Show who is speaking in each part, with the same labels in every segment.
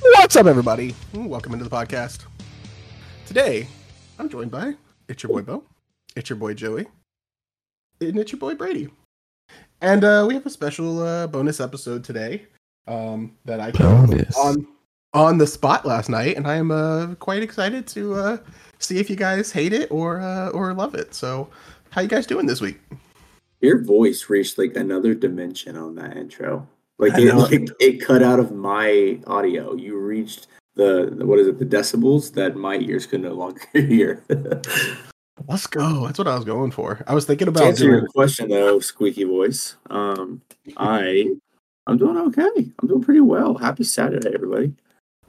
Speaker 1: What's up, everybody? Welcome into the podcast. Today, I'm joined by it's your boy Bo, it's your boy Joey, and it's your boy Brady. And uh, we have a special uh, bonus episode today um, that I came up with
Speaker 2: Bonus.
Speaker 1: on on the spot last night, and I am uh, quite excited to uh, see if you guys hate it or uh, or love it. So, how you guys doing this week?
Speaker 3: Your voice reached like another dimension on that intro. Like
Speaker 1: I
Speaker 3: it,
Speaker 1: know.
Speaker 3: like it cut out of my audio. You reached the the- what is it? The decibels that my ears could no longer hear. to
Speaker 1: Let's go. Oh, That's what I was going for. I was thinking about
Speaker 3: answer
Speaker 1: doing
Speaker 3: your question though, squeaky voice. Um, I I'm doing okay. I'm doing pretty well. Happy Saturday, everybody.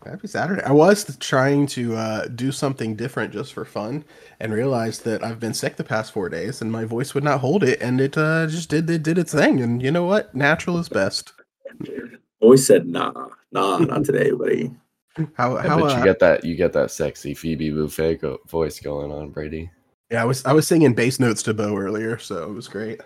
Speaker 1: Happy Saturday. I was trying to uh, do something different just for fun and realized that I've been sick the past four days and my voice would not hold it and it uh, just did it did its thing and you know what? Natural is best.
Speaker 3: Voice said, "Nah, nah, not today, buddy."
Speaker 1: How
Speaker 2: I
Speaker 1: how
Speaker 2: bet
Speaker 1: uh,
Speaker 2: you get that you get that sexy Phoebe Buffay go- voice going on, Brady.
Speaker 1: yeah, I was I was singing bass notes to Bo earlier, so it was great.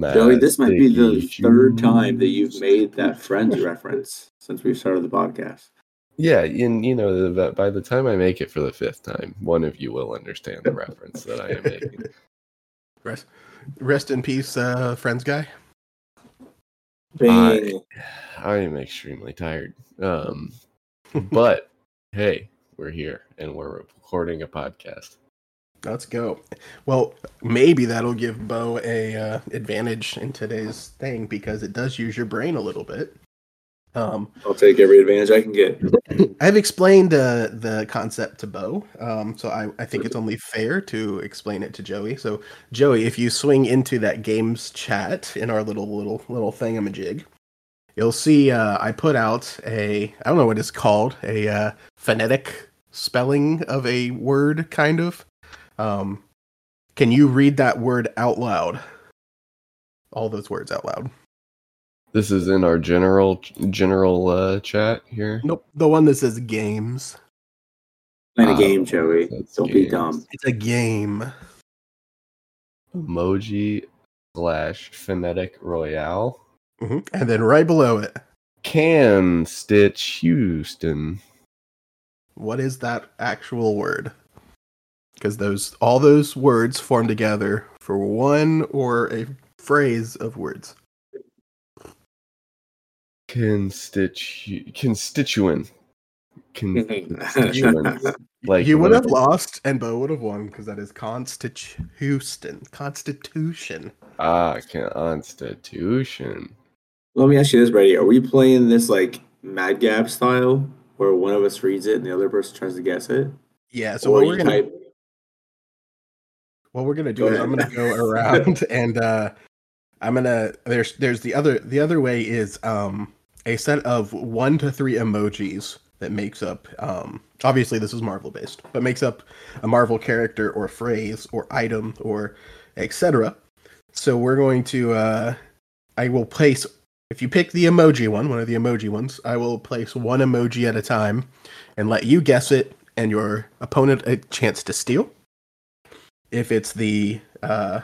Speaker 3: Joey, this might be the
Speaker 2: Masticky
Speaker 3: third time that you've
Speaker 2: shoes.
Speaker 3: made that Friends reference since we started the podcast.
Speaker 2: Yeah, and you know the- that by the time I make it for the fifth time, one of you will understand the reference that I am making.
Speaker 1: Rest rest in peace, uh, friends guy.
Speaker 2: I-
Speaker 3: Bing.
Speaker 2: I am extremely tired. Um, but hey, we're here and we're recording a podcast.
Speaker 1: Let's go. Well, maybe that'll give Bo a uh, advantage in today's thing because it does use your brain a little bit. Um,
Speaker 3: I'll take every advantage I can get.
Speaker 1: I've explained uh, the concept to Bo, um, so I, I think it's only fair to explain it to Joey. So, Joey, if you swing into that games chat in our little little little thingamajig, you'll see uh, I put out a I don't know what it's called a uh, phonetic spelling of a word, kind of. Um, can you read that word out loud? All those words out loud.
Speaker 2: This is in our general general uh, chat here.
Speaker 1: Nope, the one that says games.
Speaker 3: Playing a
Speaker 2: Ah,
Speaker 3: game, Joey.
Speaker 2: that's
Speaker 3: Don't be
Speaker 2: games.
Speaker 3: dumb.
Speaker 1: It's a game.
Speaker 2: Emoji slash phonetic royale.
Speaker 1: hmm And then right below it,
Speaker 2: Can Stitch Houston.
Speaker 1: What is that actual word? Because those all those words form together for one or a phrase of words.
Speaker 2: Constitu- constituent. Constituent.
Speaker 3: That's
Speaker 2: like
Speaker 1: you would have
Speaker 2: whatever.
Speaker 1: lost, and Bo would have won because that is constitution. Constitution.
Speaker 2: Ah, constitution.
Speaker 3: Let me ask you this, Brady. Are we playing this like Mad Gab style where one of us reads it and the other person tries to guess it?
Speaker 1: Yeah. So
Speaker 3: Or
Speaker 1: what
Speaker 3: you
Speaker 1: we're gonna
Speaker 3: type-
Speaker 1: what we're gonna do
Speaker 3: Go
Speaker 1: is
Speaker 3: ahead.
Speaker 1: I'm gonna go around and uh, I'm gonna there's there's the other the other way is um a set of one to three emojis that makes up um obviously this is Marvel based but makes up a Marvel character or phrase or item or etc. So we're going to uh, I will place if you pick the emoji one one of the emoji ones I will place one emoji at a time and let you guess it and your opponent a chance to steal if it's the uh,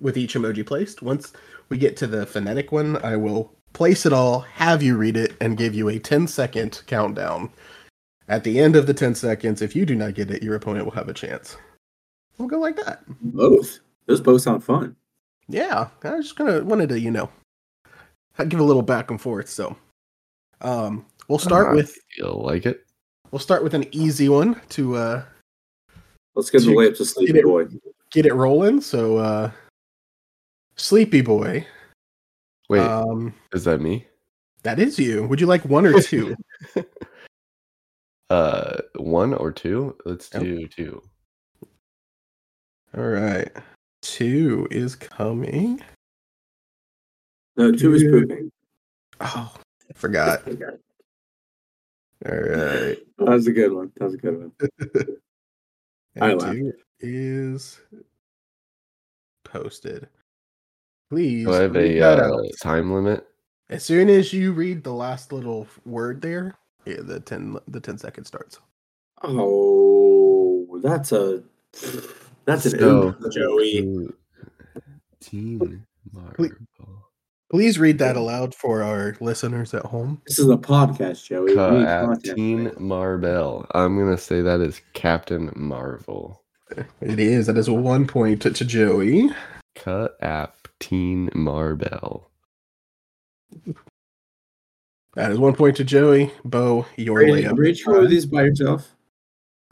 Speaker 1: with each emoji placed. Once we get to the phonetic one, I will place it all, have you read it, and give you a 10 second countdown. At the end of the 10 seconds, if you do not get it, your opponent will have a chance. We'll go like that.
Speaker 3: both. Those both sound fun.
Speaker 1: Yeah, I was just gonna wanted to you know give a little back and forth. So, um, we'll start
Speaker 2: Uh-huh.
Speaker 1: with
Speaker 2: You'll like it.
Speaker 1: we'll start with an easy one to uh,
Speaker 3: Let's get the
Speaker 1: You-
Speaker 3: layup to sleep,
Speaker 1: get it-
Speaker 3: boy.
Speaker 1: get it rolling. So, uh, Sleepy Boy.
Speaker 2: Wait,
Speaker 1: Um,
Speaker 2: is that me?
Speaker 1: That is you. Would you like one or two?
Speaker 2: Uh, one or two? Let's
Speaker 1: Nope.
Speaker 2: do two.
Speaker 1: All right. Two is coming.
Speaker 3: No, two is
Speaker 1: Yeah.
Speaker 3: pooping.
Speaker 1: Oh, I forgot. All right.
Speaker 3: that was a good one. That was a good one.
Speaker 1: And
Speaker 3: I laughed.
Speaker 1: two is posted. Please.
Speaker 2: Do I have
Speaker 1: read
Speaker 2: a
Speaker 1: that
Speaker 2: uh,
Speaker 1: out.
Speaker 2: time limit?
Speaker 1: As soon as you read the last little word there, yeah, the 10 the 10 second starts.
Speaker 3: Oh, that's a that's an
Speaker 2: So-
Speaker 3: imp, Joey.
Speaker 2: Ooh. Team Marvel.
Speaker 1: Please read that aloud for our listeners at home.
Speaker 3: This is a podcast, Joey. We need content.
Speaker 2: Captain Uh, Marvel. I'm gonna say that is Captain Marvel.
Speaker 1: It is. That is one point to, to Joey.
Speaker 2: Captain Marvel.
Speaker 1: That is one point to Joey. Bo, your
Speaker 3: Brandon,
Speaker 1: layup.
Speaker 3: were you throw these by yourself?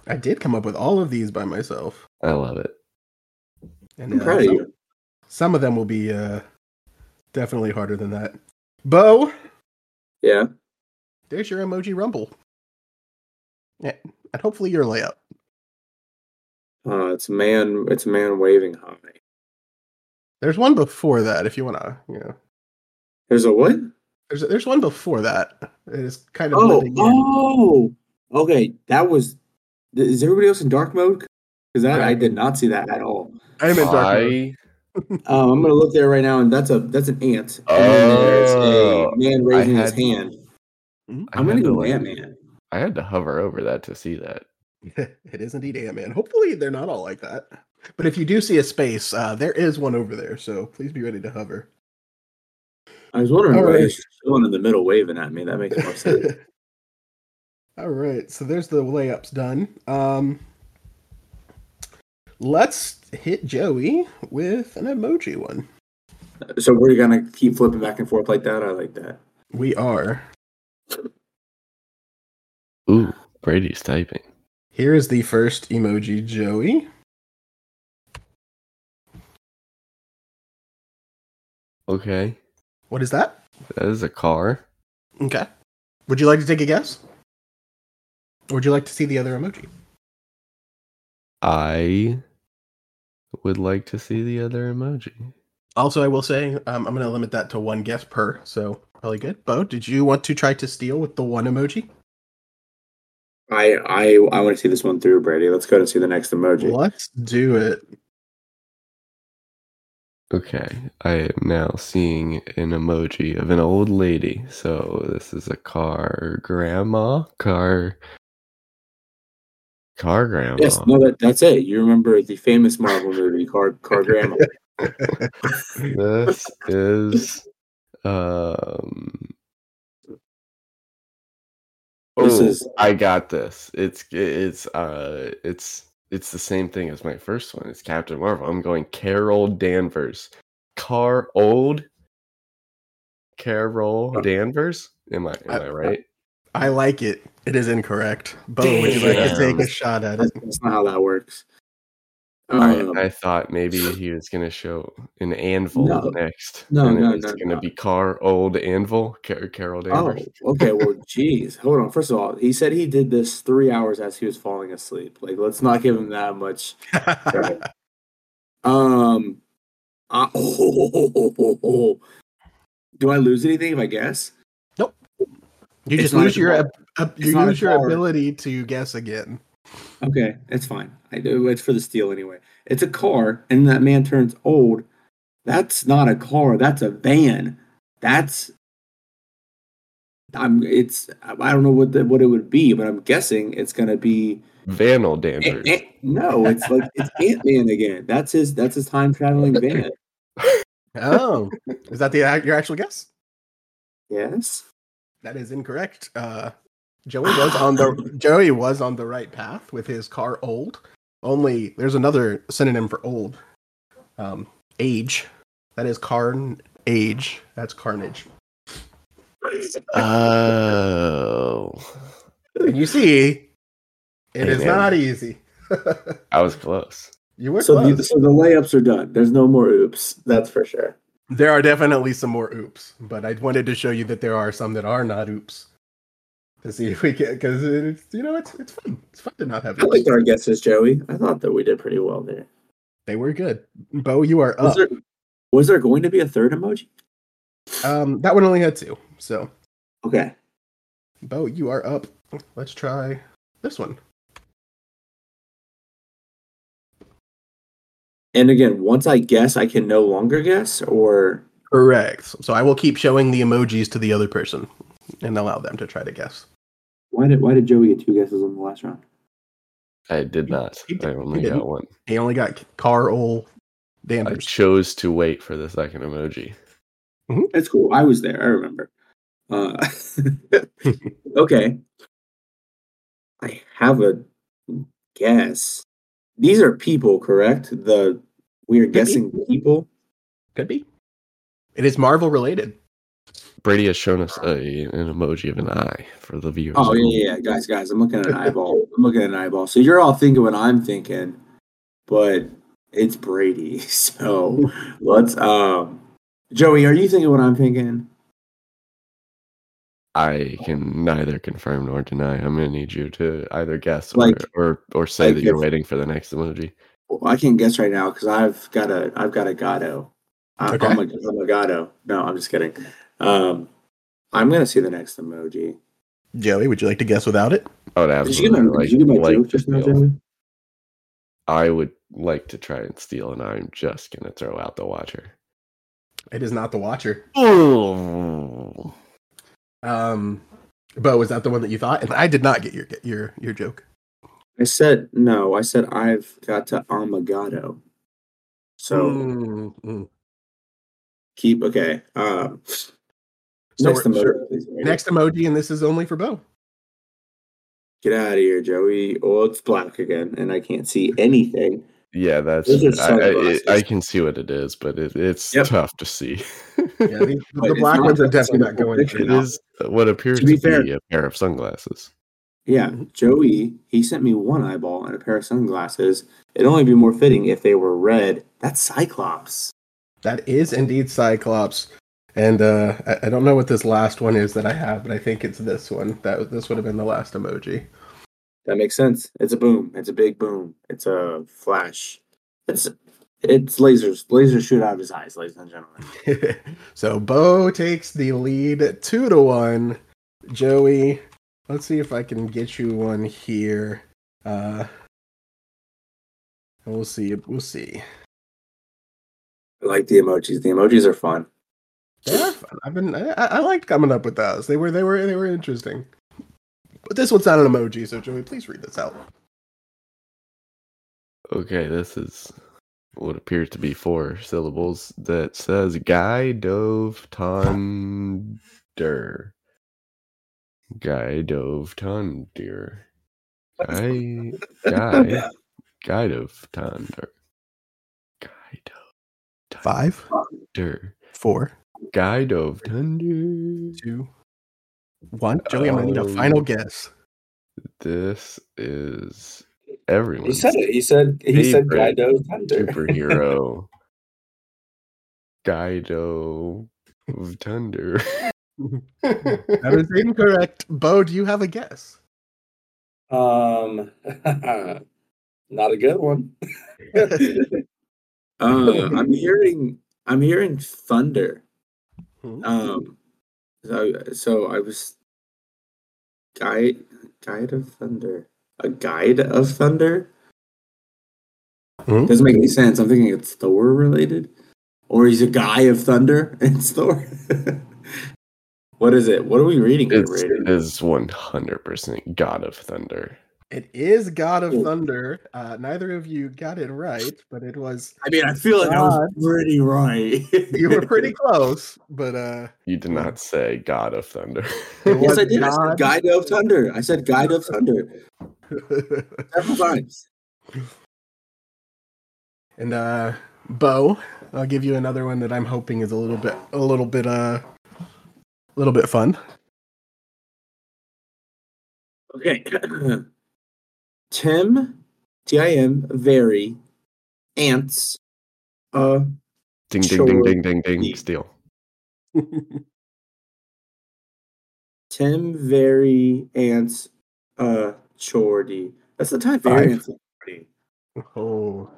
Speaker 1: I did come up with all of these by myself.
Speaker 2: I love it.
Speaker 1: And
Speaker 3: I'm
Speaker 1: uh,
Speaker 3: proud of you.
Speaker 1: some of them will be uh, definitely harder than that. Bo,
Speaker 3: Yeah.
Speaker 1: there's your emoji rumble. Yeah, and hopefully your layup.
Speaker 3: Uh, it's a man. It's a man waving high.
Speaker 1: There's one before that if you wanna, you know.
Speaker 3: There's a what?
Speaker 1: There's there's one before that. It is kind of
Speaker 3: Oh,
Speaker 1: living in.
Speaker 3: oh. Okay, that was. th- Is everybody else in dark mode? Because I, I did not see that at all.
Speaker 1: I'm in dark. mode.
Speaker 2: I
Speaker 3: Um, I'm gonna look there right now, and that's a that's an ant. And then there's
Speaker 2: Oh.
Speaker 3: a man raising
Speaker 2: I had-
Speaker 3: his hand.
Speaker 2: I
Speaker 3: I'm
Speaker 2: had
Speaker 3: gonna
Speaker 2: to,
Speaker 3: go
Speaker 2: like-
Speaker 3: Ant Man.
Speaker 2: I had to hover over that to see that.
Speaker 1: it is indeed Ant Man. Hopefully they're not all like that. But if you do see a space, uh, there is one over there, so please be ready to hover.
Speaker 3: I was wondering
Speaker 1: All
Speaker 3: why
Speaker 1: right.
Speaker 3: there's someone in the middle waving at me. That makes more sense.
Speaker 1: all right, so there's the layups done. Um, let's hit Joey with an emoji one.
Speaker 3: so we're gonna keep flipping back and forth like that. I like that.
Speaker 1: We are.
Speaker 2: Ooh, Brady's typing.
Speaker 1: Here is the first emoji, Joey.
Speaker 2: Okay,
Speaker 1: What is that?
Speaker 2: that is a car.
Speaker 1: Okay. Would you like to take a guess? Or would you like to see the other emoji?
Speaker 2: I would like to see the other emoji.
Speaker 1: Also, I will say um, I'm going to limit that to one guess per, so probably good. Bo, did you want to try to steal with the one emoji?
Speaker 3: I I I want to see this one through, Brady. Let's go to see the next emoji.
Speaker 1: Let's do it.
Speaker 2: Okay, I am now seeing an emoji of an old lady. So this is a car grandma car car grandma.
Speaker 3: Yes, no, that, that's it. You remember the famous Marvel movie, Car Car Grandma.
Speaker 2: This is um
Speaker 3: This
Speaker 2: oh,
Speaker 3: is-
Speaker 2: I got this. It's it's uh it's it's the same thing as my first one. It's Captain Marvel. I'm going Carol Danvers. Car old
Speaker 3: Uh,
Speaker 2: Carol Danvers. Am I am
Speaker 1: I-
Speaker 2: I right?
Speaker 1: I like it. It is incorrect. Bo, would you like to
Speaker 2: Damn.
Speaker 1: take a shot at
Speaker 3: That's,
Speaker 1: it?
Speaker 3: that's not how that works. Um,
Speaker 2: I, I thought maybe he was going to show an anvil
Speaker 3: No.
Speaker 2: next.
Speaker 3: No,
Speaker 2: and
Speaker 3: no,
Speaker 2: it was
Speaker 3: no,
Speaker 2: going to
Speaker 3: no.
Speaker 2: be Car Old Anvil, Car- Carol
Speaker 3: oh,
Speaker 2: Danvers.
Speaker 3: okay. Well, geez, hold on. First of all, he said he did this three hours as he was falling asleep. Like, let's not give him that much. credit. um, I- do I lose anything if I guess?
Speaker 1: you
Speaker 3: It's
Speaker 1: just
Speaker 3: not
Speaker 1: lose
Speaker 3: a
Speaker 1: your
Speaker 3: bar.
Speaker 1: ab- ab-
Speaker 3: It's
Speaker 1: uh, you
Speaker 3: not a
Speaker 1: lose your
Speaker 3: bar.
Speaker 1: ability to guess again.
Speaker 3: Okay, that's fine. I do. It's for the steal anyway. It's a car, and that man turns old. That's not a car. That's a van. That's. I'm. It's. I don't know what the, what it would be, but I'm guessing it's gonna be.
Speaker 2: Vanel
Speaker 3: Eh,
Speaker 2: Danvers.
Speaker 3: eh, no, it's like it's Ant Man again. That's his. That's his time traveling van.
Speaker 1: Oh, is that the ac- your actual guess?
Speaker 3: Yes.
Speaker 1: That is incorrect. Uh, Joey was on the Joey was on the right path with his car old. Only there's another synonym for old, um, age. That is carn age. That's carnage.
Speaker 2: Oh.
Speaker 1: You see, it
Speaker 2: Hey,
Speaker 1: is
Speaker 2: man.
Speaker 1: not easy.
Speaker 2: I was close.
Speaker 1: you were
Speaker 3: So
Speaker 1: close.
Speaker 3: the, so the layups are done. There's no more oops. That's for sure.
Speaker 1: there are definitely some more oops, but I wanted to show you that there are some that are not oops. To see if we can, because it's you know it's it's fun. It's fun to not have
Speaker 3: I
Speaker 1: oops.
Speaker 3: liked our guesses, Joey. I thought that we did pretty well there.
Speaker 1: They were good. Bo, you are
Speaker 3: Was
Speaker 1: up.
Speaker 3: there was there going to be a third emoji?
Speaker 1: Um, that one only had two. So,
Speaker 3: Okay.
Speaker 1: Bo, you are up. Let's try this one.
Speaker 3: And again, once I guess, I can no longer guess, or
Speaker 1: Correct. So I will keep showing the emojis to the other person and allow them to try to guess.
Speaker 3: why did why did Joey get two guesses on the last round?
Speaker 2: I did not.
Speaker 1: You did-
Speaker 2: I only
Speaker 1: you didn't.
Speaker 2: got one.
Speaker 1: He only got Carl
Speaker 2: I
Speaker 1: Danvers.
Speaker 2: chose to wait for the second emoji.
Speaker 1: Mhm.
Speaker 3: That's cool. I was there. I remember. Uh, okay. I have a guess. These are people, correct? The we are guessing people.
Speaker 1: Could be. It is Marvel related.
Speaker 2: Brady has shown us a, an emoji of an eye for the viewers.
Speaker 3: Oh yeah, yeah, yeah, guys, guys. I'm looking at an eyeball. I'm looking at an eyeball. So you're all thinking what I'm thinking, but it's Brady. So let's. Um, Joey, are you thinking what I'm thinking?
Speaker 2: I can neither confirm nor deny. I'm gonna need you to either guess or
Speaker 3: Like-
Speaker 2: or, or say
Speaker 3: like
Speaker 2: that you're
Speaker 3: if-
Speaker 2: waiting for the next emoji.
Speaker 3: Well, I can't guess right now because I've got a I've got a Gato. I,
Speaker 1: Okay.
Speaker 3: I'm, a, I'm a Gato. No, I'm just kidding. Um, I'm gonna see the next emoji.
Speaker 1: Joey, would you like to guess without it?
Speaker 2: I would
Speaker 3: Did you get,
Speaker 2: absolutely
Speaker 3: my-
Speaker 2: like,
Speaker 3: did you get my
Speaker 2: like
Speaker 3: joke
Speaker 2: to
Speaker 3: just now,
Speaker 2: steal.
Speaker 3: Jimmy?
Speaker 2: I would like to try and steal, and I'm just gonna throw out the watcher.
Speaker 1: It is not the Watcher.
Speaker 2: Oh,
Speaker 1: Um, Bo, was that the one that you thought? And I did not get your your your joke.
Speaker 3: I said no. I said I've got to Amagato. So
Speaker 2: Hmm.
Speaker 1: Mm, mm.
Speaker 3: keep okay. Um,
Speaker 1: So
Speaker 3: next
Speaker 1: we're-
Speaker 3: emoji,
Speaker 1: sure.
Speaker 3: please, Brady.
Speaker 1: next emoji, and this is only for Bo.
Speaker 3: Get out of here, Joey. Oh, it's black again, and I can't see anything.
Speaker 2: yeah, that's.
Speaker 3: Those
Speaker 2: I, I,
Speaker 3: are
Speaker 2: it,
Speaker 3: sunglasses.
Speaker 2: I can see what it is, but it, it's
Speaker 3: Yep.
Speaker 2: tough to see.
Speaker 1: Yeah, these,
Speaker 3: But
Speaker 1: the
Speaker 3: it's
Speaker 1: black
Speaker 3: not
Speaker 1: ones are
Speaker 3: that
Speaker 1: definitely not
Speaker 3: simple
Speaker 1: going.
Speaker 3: picture.
Speaker 2: it is what appears to
Speaker 3: To be
Speaker 2: be,
Speaker 3: fair-
Speaker 2: a pair of sunglasses.
Speaker 3: Yeah,
Speaker 1: Mhm.
Speaker 3: Joey, he sent me one eyeball and a pair of sunglasses. It'd only be more fitting if they were red. That's Cyclops.
Speaker 1: That is indeed Cyclops. And uh, I, I don't know what this last one is that I have, but I think it's this one. That this would have been the last emoji.
Speaker 3: That makes sense. It's a boom. It's a big boom. It's a flash. It's it's lasers. Lasers shoot out of his eyes, ladies and gentlemen.
Speaker 1: so Bo takes the lead two to one. Joey, let's see if I can get you one here. Uh, and we'll see. We'll see.
Speaker 3: I like the emojis. The emojis are fun.
Speaker 1: Yeah, I've been. I, I I liked coming up with those. They were. They were. They were interesting. But this one's not an emoji, so Joey, please read this out.
Speaker 2: Okay, this is what appears to be four syllables that says Guy Dove Tonder. Guy Dove Tonder. Guy Guy Guy Dove Tonder. Guy Dove
Speaker 1: Five,
Speaker 2: Tonder.
Speaker 1: four,
Speaker 2: Guy Dove Tonder.
Speaker 1: two, one. Joey, I'm gonna need a final
Speaker 2: Um,
Speaker 1: guess.
Speaker 2: This is everyone's
Speaker 3: it. He said
Speaker 2: Favorite
Speaker 3: Guido Thunder.
Speaker 2: superhero Guido of Thunder.
Speaker 1: That is incorrect. Bo, do you have a guess?
Speaker 3: Um, not a good one. uh, I'm hearing, I'm hearing thunder.
Speaker 1: Hmm.
Speaker 3: Um, so, so I was guide, guide of thunder, a guide of thunder.
Speaker 1: Hmm?
Speaker 3: Doesn't make any sense. I'm thinking it's Thor related, or he's a guy of thunder and it's Thor. what is it? What are we reading? here,
Speaker 2: It's,
Speaker 3: Brady?
Speaker 2: it is 100% God of Thunder.
Speaker 1: It is God of
Speaker 3: Ooh.
Speaker 1: Thunder. Uh, neither of you got it right, but it was.
Speaker 3: I mean, I feel like I was pretty right.
Speaker 1: You were pretty close, but uh,
Speaker 2: You did
Speaker 3: Mm.
Speaker 2: not say God of Thunder.
Speaker 1: It
Speaker 3: Yes,
Speaker 1: was
Speaker 3: I did. I said
Speaker 1: not-
Speaker 3: Guide of Thunder. I said Guide of Thunder several times.
Speaker 1: and uh, Bo, I'll give you another one that I'm hoping is a little bit, a little bit, uh, a little bit fun.
Speaker 3: Okay. Tim, T I M, very, ants, uh,
Speaker 2: ding, ding, ding,
Speaker 3: Sure.
Speaker 2: ding, ding, ding. Steal.
Speaker 3: Tim, very, ants, uh, chordy. That's the time
Speaker 1: Five.
Speaker 3: very ants. The
Speaker 1: oh,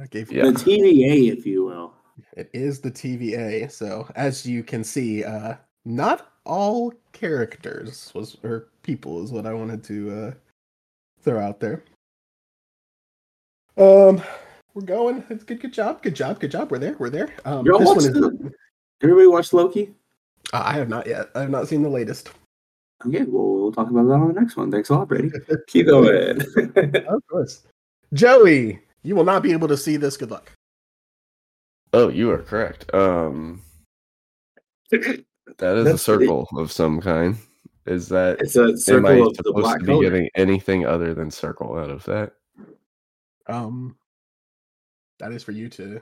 Speaker 1: I gave
Speaker 2: Yeah.
Speaker 3: TVA, if you will.
Speaker 1: It is the TVA. So as you can see, uh, not all characters was or people is what I wanted to uh, throw out there. Um, we're going. That's good. Good job. Good job. Good job. We're there. We're there. Um,
Speaker 3: Y'all
Speaker 1: this one
Speaker 3: watch
Speaker 1: is.
Speaker 3: the- Everybody watch Loki?
Speaker 1: Uh, I have not yet. I have not seen the latest.
Speaker 3: Okay, well, we'll talk about that on the next one. Thanks a lot, Brady. Keep going.
Speaker 1: Of course, Joey, you will not be able to see this. Good luck.
Speaker 2: Oh, you are correct. Um, That is a
Speaker 1: That's-
Speaker 2: circle of some kind. Is that
Speaker 3: It's a
Speaker 2: am I
Speaker 3: circle of the
Speaker 2: supposed
Speaker 3: black
Speaker 2: to be
Speaker 3: color.
Speaker 2: getting anything other than circle out of that?
Speaker 1: Um, that is for you to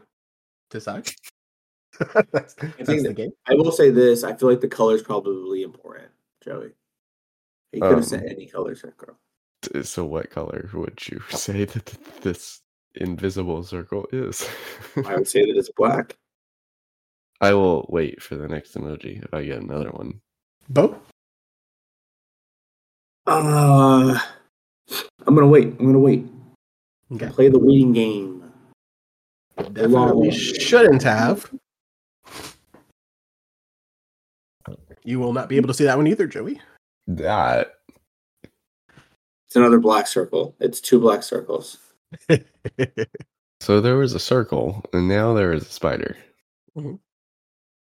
Speaker 1: decide. that's that's
Speaker 3: think
Speaker 1: the
Speaker 3: that-
Speaker 1: game.
Speaker 3: I will say this: I feel like the color is probably important, Joey. You could
Speaker 2: Um,
Speaker 3: have said any color circle.
Speaker 2: T- uh, So, what color would you say that th- this invisible circle is?
Speaker 3: I would say that it's black.
Speaker 2: I will wait for the next emoji if I get another one.
Speaker 1: Bo,
Speaker 3: Uh, I'm gonna wait. I'm gonna wait.
Speaker 1: Okay.
Speaker 3: Play the waiting game.
Speaker 1: definitely
Speaker 3: one.
Speaker 1: shouldn't have. You will not be able to see that one either, Joey.
Speaker 2: That
Speaker 3: It's another black circle. It's two black circles.
Speaker 2: so there was a circle, and now there is a spider.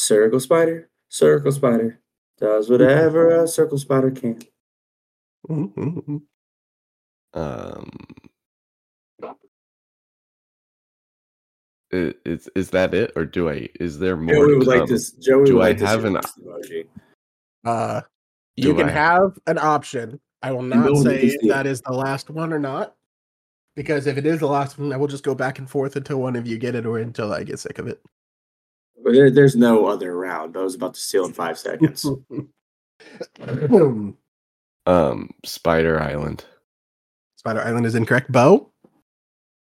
Speaker 3: Circle spider. Circle spider does whatever a circle spider can.
Speaker 1: Mm-hmm.
Speaker 2: Um, i- is is that it, or do I? Is there more?
Speaker 3: Joey
Speaker 2: to
Speaker 3: would like
Speaker 2: come?
Speaker 3: this. Joey
Speaker 2: do
Speaker 3: would
Speaker 2: I
Speaker 3: like this
Speaker 2: have an-
Speaker 3: next emoji.
Speaker 1: Uh, you
Speaker 2: Do
Speaker 1: can
Speaker 2: I-
Speaker 1: have an option. I will
Speaker 3: no
Speaker 1: not
Speaker 3: one
Speaker 1: say
Speaker 3: can see
Speaker 1: if
Speaker 3: it.
Speaker 1: that is the last one or not, because if it is the last one, I will just go back and forth until one of you get it or until I get sick of it.
Speaker 3: But There, there's no other round. I was about to steal in five seconds.
Speaker 1: Spider
Speaker 2: Um, Spider Island.
Speaker 1: Island is incorrect. Bo,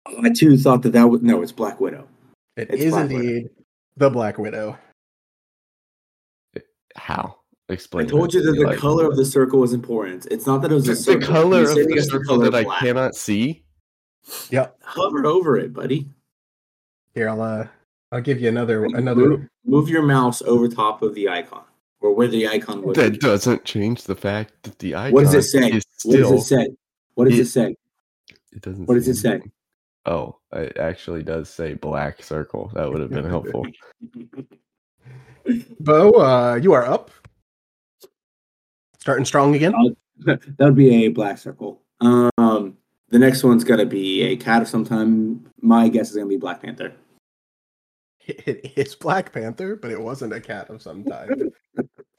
Speaker 3: I too thought that that was no. It's Black Widow.
Speaker 1: it
Speaker 3: It's
Speaker 1: is
Speaker 3: Black Widow.
Speaker 1: indeed the Black Widow.
Speaker 2: How?
Speaker 3: I
Speaker 2: Explain.
Speaker 3: told you that the color of the circle was important. It's not that it was
Speaker 2: the,
Speaker 3: a circle.
Speaker 2: color
Speaker 3: You
Speaker 2: of
Speaker 3: said it
Speaker 2: the
Speaker 3: was
Speaker 2: circle
Speaker 3: color
Speaker 2: that I
Speaker 3: black.
Speaker 2: cannot see.
Speaker 3: hover over it, buddy.
Speaker 1: Here, I'll uh, I'll give you another
Speaker 3: Move,
Speaker 1: another.
Speaker 3: move your mouse over top of the icon or where the icon would.
Speaker 2: That
Speaker 3: be.
Speaker 2: doesn't change the fact that the icon.
Speaker 3: What does it say?
Speaker 2: is
Speaker 3: What
Speaker 2: still,
Speaker 3: does it say? What does it say?
Speaker 2: It doesn't.
Speaker 3: What does it say?
Speaker 2: anything. Oh, it actually does say black circle. That would have been helpful.
Speaker 1: Bo, uh, you are up. Starting strong again.
Speaker 3: that would be a black circle. Um, the next one's gonna be a cat of some time. My guess is gonna be Black Panther.
Speaker 1: It is Black Panther, but it wasn't a cat of some type.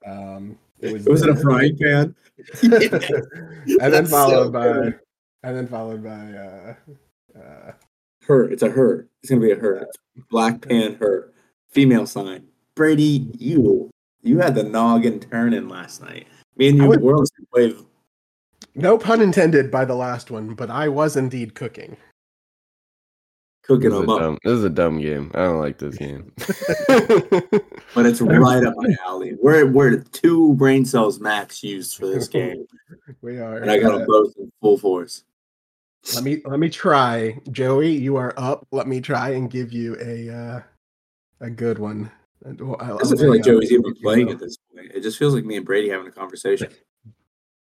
Speaker 1: Um, it was.
Speaker 3: Was it a
Speaker 1: the-
Speaker 3: frying pan?
Speaker 1: and then
Speaker 3: That's so
Speaker 1: followed by
Speaker 3: good.
Speaker 1: and then followed by uh uh
Speaker 3: Her. It's a her. It's gonna be a her. Black pan her. Female sign. Brady, you you had the noggin turning last night. Me and
Speaker 1: I
Speaker 3: you
Speaker 1: would-
Speaker 3: were on the same wave.
Speaker 1: no pun intended by the last one but i was indeed cooking
Speaker 3: cooking
Speaker 2: This is, a
Speaker 3: them up.
Speaker 2: dumb, this is a dumb game. I don't like this game.
Speaker 3: But it's right up my alley. We're we're two brain cells max used for this game,
Speaker 1: we are
Speaker 3: and I got
Speaker 1: uh,
Speaker 3: them both in full force.
Speaker 1: let me let me try joey you are up let me try and give you a uh a good one And, well, I'll-
Speaker 3: It doesn't
Speaker 1: I'll
Speaker 3: feel
Speaker 1: let
Speaker 3: like
Speaker 1: you know
Speaker 3: Joey's even
Speaker 1: if you
Speaker 3: playing
Speaker 1: will.
Speaker 3: at this point. It just feels like me and Brady having a conversation.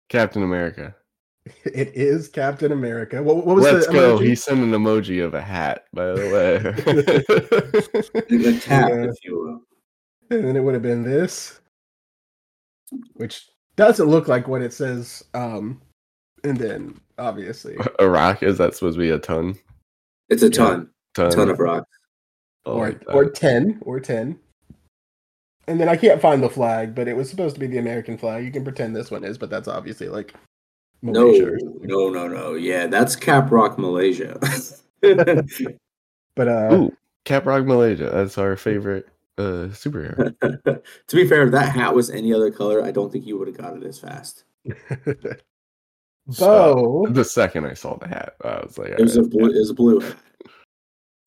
Speaker 2: Captain America.
Speaker 1: it is captain america what, what was
Speaker 2: Let's
Speaker 1: the
Speaker 2: go.
Speaker 1: emoji?
Speaker 2: He sent an emoji of a hat, by the way.
Speaker 3: The tap,
Speaker 1: Yeah.
Speaker 3: if you will.
Speaker 1: and then it would have been this which doesn't look like what it says um and then obviously
Speaker 2: a rock? Is that supposed to be a ton?
Speaker 3: It's a ton,
Speaker 2: Ton,
Speaker 3: ton of rock.
Speaker 2: Oh,
Speaker 1: or,
Speaker 2: like
Speaker 1: or
Speaker 2: that.
Speaker 1: 10 or 10 and then i can't find the flag but it was supposed to be the american flag you can pretend this one is but that's obviously like
Speaker 3: No,
Speaker 1: Malaysia or something.
Speaker 3: no, no, no. Yeah, that's Cap Rock Malaysia. That's
Speaker 1: but uh
Speaker 2: Ooh, Caprock Malaysia. That's our favorite uh, superhero.
Speaker 3: to be fair, if that hat was any other color, I don't think you would have got it as fast.
Speaker 1: bo
Speaker 2: The second I saw the hat, I was like,
Speaker 3: It was a
Speaker 2: "Alright,
Speaker 3: blue. It was a blue hat.